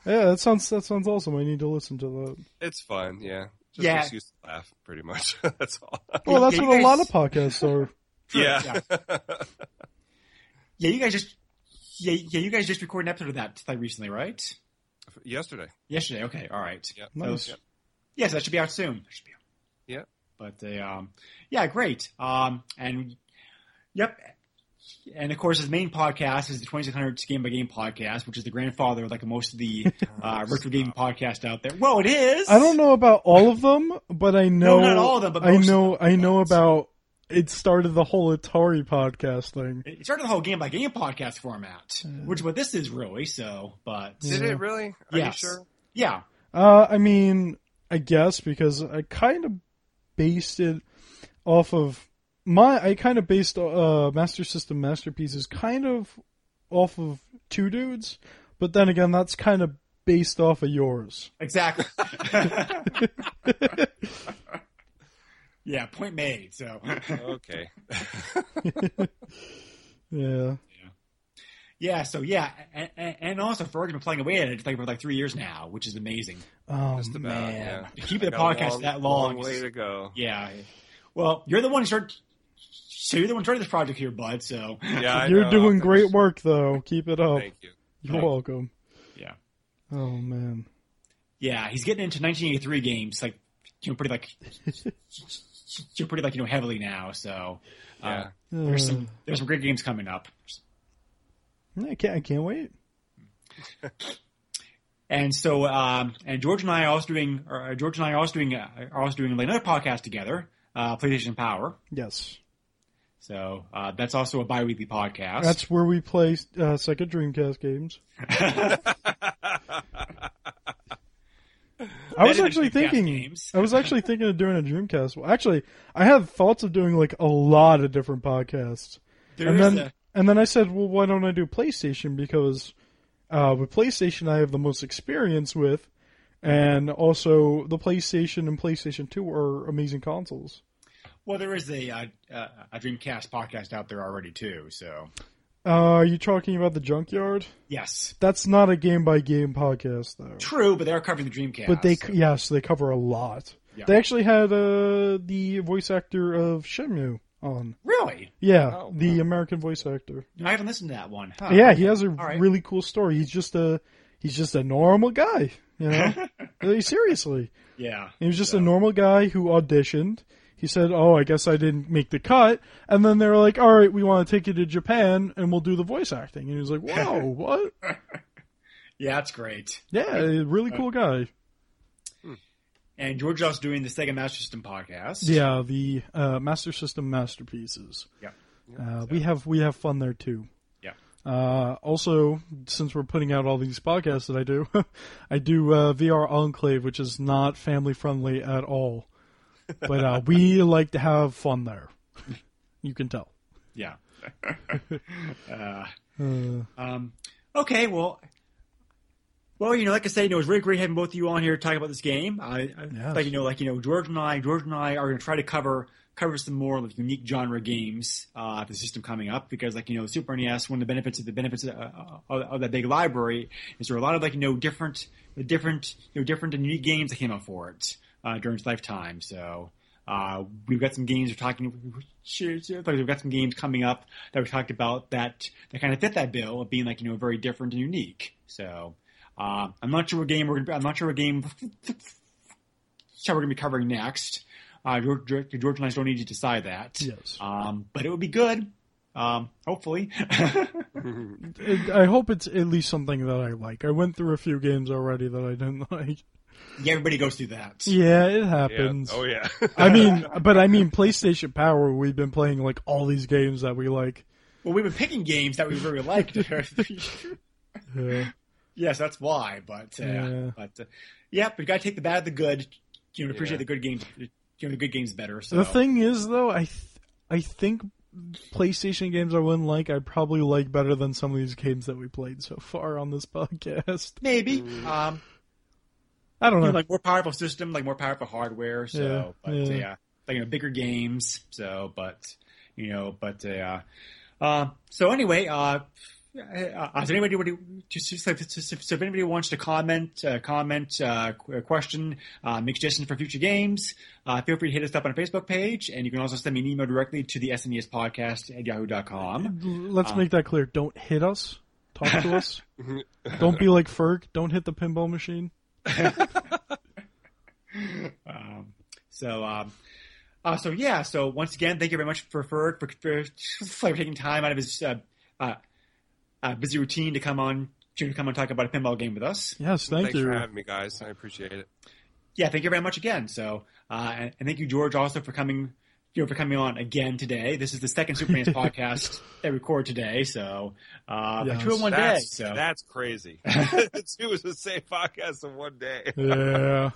S5: Yeah, that sounds that sounds awesome. I need to listen to that.
S6: it's fun, yeah. Just
S4: Yeah.
S6: an excuse to laugh, pretty much. That's all.
S5: Well, Oh, that's
S4: Yeah, you
S5: what a lot
S4: guys-
S5: of podcasts are.
S6: yeah.
S4: Yeah, you guys just yeah, yeah, you guys just recorded an episode of that like recently, right?
S6: Yesterday.
S4: Yesterday. Okay, all right.
S6: Yeah.
S5: Nice.
S6: Yep.
S4: Yes, that should be out soon. That should be out.
S6: Yeah.
S4: But they, um, yeah, great. Um, and yep. And of course, his main podcast is the 2600 Game by Game podcast, which is the grandfather of like most of the uh, retro gaming podcasts out there. Well, it is.
S5: I don't know about all of them, but I know
S4: not all of them, but
S5: I
S4: most of
S5: know
S4: them.
S5: I know about. It started the whole Atari podcast thing.
S4: It started the whole game by game podcast format, which what this is really. So, but
S6: Did
S5: Yeah.
S6: it really? Are
S4: Yes.
S6: you sure?
S4: yeah,
S5: Uh, I mean, I guess because I kind of based it off of my. I kind of based uh, Master System masterpieces kind of off of two dudes, but then again, that's kind of based off of yours.
S4: exactly. yeah, point made. So.
S6: Okay.
S5: Yeah.
S4: Yeah, so yeah, and, and also Ferg's been playing away at it like for like three years now, which is amazing.
S5: Oh
S6: Just about,
S5: man.
S6: Uh, yeah.
S4: To keep the
S6: Got a
S4: podcast
S6: long-
S4: that long,
S6: Long
S4: is-
S6: way to go.
S4: yeah. Well, you're the one who started. So you're the one who started this project here, bud. So
S6: Yeah, I
S5: You're
S6: know.
S5: doing
S6: Thank-
S5: great work though. Keep it
S4: Oh,
S5: up.
S6: Thank you.
S5: You're welcome.
S4: Yeah.
S5: Oh man.
S4: yeah, he's getting into 1983 games like you know pretty like you're pretty like you know heavily now. So uh,
S6: Yeah.
S4: there's
S5: Uh,
S4: some there's some great games coming up,
S5: I can't. I can't wait.
S4: and so um, and George and I are also doing or uh, George and I are also doing uh, are also doing like, another podcast together, uh, PlayStation Power.
S5: Yes.
S4: So uh, that's also a bi-weekly podcast.
S5: That's where we play uh, Sega Dreamcast games. I was
S4: Better than
S5: actually
S4: Dreamcast
S5: thinking.
S4: games.
S5: I was actually thinking of doing a Dreamcast. Well, actually, I had thoughts of doing like a lot of different podcasts,
S4: There
S5: and
S4: is
S5: then
S4: a-
S5: and then I said, well, why don't I do PlayStation? Because uh, with PlayStation, I have the most experience with, and also the PlayStation and PlayStation Two are amazing consoles.
S4: well, there is a uh, uh, a Dreamcast podcast out there already too. So
S5: Uh, are you talking about the Junkyard?
S4: yes,
S5: That's not a game by game podcast though.
S4: true, but they are covering the Dreamcast.
S5: But they c yes, they cover a lot.
S4: Yeah.
S5: They actually had uh, the voice actor of Shenmue on.
S4: really,
S5: Yeah,
S6: Oh,
S5: the American voice actor.
S4: No, I haven't listened to that one. Huh.
S5: yeah, he has a
S4: Ah. right.
S5: really cool story. He's just a he's just a normal guy, you know. Like, Seriously,
S4: yeah,
S5: he was just a normal guy who auditioned. He said, "Oh, I guess I didn't make the cut," and then they were like, "All right, we want to take you to Japan, and we'll do the voice acting." And he was like, "Whoa, what?
S4: yeah, that's great.
S5: Yeah, a
S4: Uh,
S5: really cool guy."
S4: And George is also doing the Sega Master System podcast.
S5: Yeah, the uh, Master System masterpieces.
S4: Yeah.
S5: Uh, we have we have fun there too. Uh, also, since we're putting out all these podcasts that I do, I do uh, VR Enclave, which is not family friendly at all. But uh, we like to have fun there. You can tell.
S4: Yeah. uh, um, okay, well, well, you know, like I said, you know, it was really great having both of you on here talking about this game. I, I
S5: Yes.
S4: like, you know, like you know, George and I, George and I are going to try to cover cover some more of unique genre games uh, the system coming up because, like you know, Super NES, one of the benefits of the benefits of, uh, of, of that big library is there are a lot of like you know different, different, you know, different and unique games that came out for it uh, during its lifetime. So. Uh, we've got some games we're talking. We've got some games coming up that we talked about that that kind of fit that bill of being like you know very different and unique. So uh, I'm not sure what game we're. Gonna, be- I'm not sure what game so we're going to be covering next. Uh, George, George George and I still need to decide that.
S5: Yes.
S4: Um, but it would be good. Um, hopefully.
S5: It, I hope it's at least something that I like. I went through a few games already that I didn't like.
S4: yeah, everybody goes through that.
S5: Yeah, it
S6: Yeah.
S5: happens.
S6: Oh yeah.
S5: I mean, but I mean, PlayStation Power. We've been playing like all these games that we like.
S4: Well, we've been picking games that we really liked.
S5: Yeah.
S4: yes, that's why. But uh,
S5: Yeah.
S4: but uh, yeah, but you got to take the bad of the good. You know, appreciate
S6: Yeah.
S4: the good games. You know, the good games better. So
S5: The thing is, though, I th- I think PlayStation games I wouldn't like, I probably like better than some of these games that we played so far on this podcast.
S4: maybe. Um,
S5: I
S4: you
S5: don't know.
S4: know, like more powerful system, like more powerful hardware. So,
S5: Yeah,
S4: but yeah,
S5: yeah.
S4: like you know, bigger games. So, but you know, but uh, uh, so anyway, uh, uh, does anybody would you- just, just like, just- if- so if anybody wants to comment, uh, comment, uh, qu- uh, question, uh, make suggestions for future games, uh, feel free to hit us up on our Facebook page, and you can also send me an email directly to the SNES podcast at yahoo.com.
S5: Let's make that clear. Don't hit us. Talk to us. don't be like Ferg. Don't hit the pinball machine.
S4: Um, so, um, uh, so yeah. So once again, thank you very much for for for, for, for taking time out of his uh, uh, uh, busy routine to come on to come and talk about a pinball game with us.
S5: Yes, thank
S6: Thanks
S5: you.
S6: for having me, guys. I appreciate it.
S4: Yeah, thank you very much again. So, uh, and, and thank you, George, also for coming. You know, for coming on again today. This is the second Superman's podcast that we record today. So, uh, but
S5: Yes.
S4: two in one day.
S6: That's
S4: So,
S6: that's crazy. it was the same podcast in one day.
S5: yeah.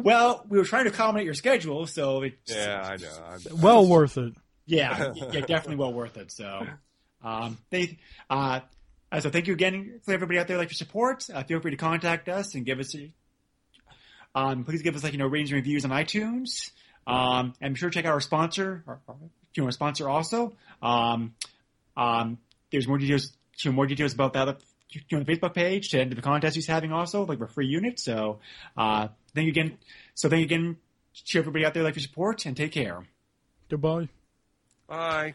S4: well, we were trying to accommodate your schedule, so it
S6: Yeah, I know. I'm-
S5: Well worth it.
S4: Yeah, yeah, definitely well worth it. So, um, they, uh, uh, so thank you again for everybody out there like your support. Uh, feel free to contact us and give us, um, please give us like you know ratings and reviews on iTunes. Um, and be sure to check out our sponsor, our, our- you know, our sponsor also. Um, um, there's more details, you know, more details about that up you know, on the Facebook page and the contest he's having also, like for free unit. So, uh, thank you again. So thank you again to everybody out there like your support and take care.
S5: Goodbye.
S6: Bye.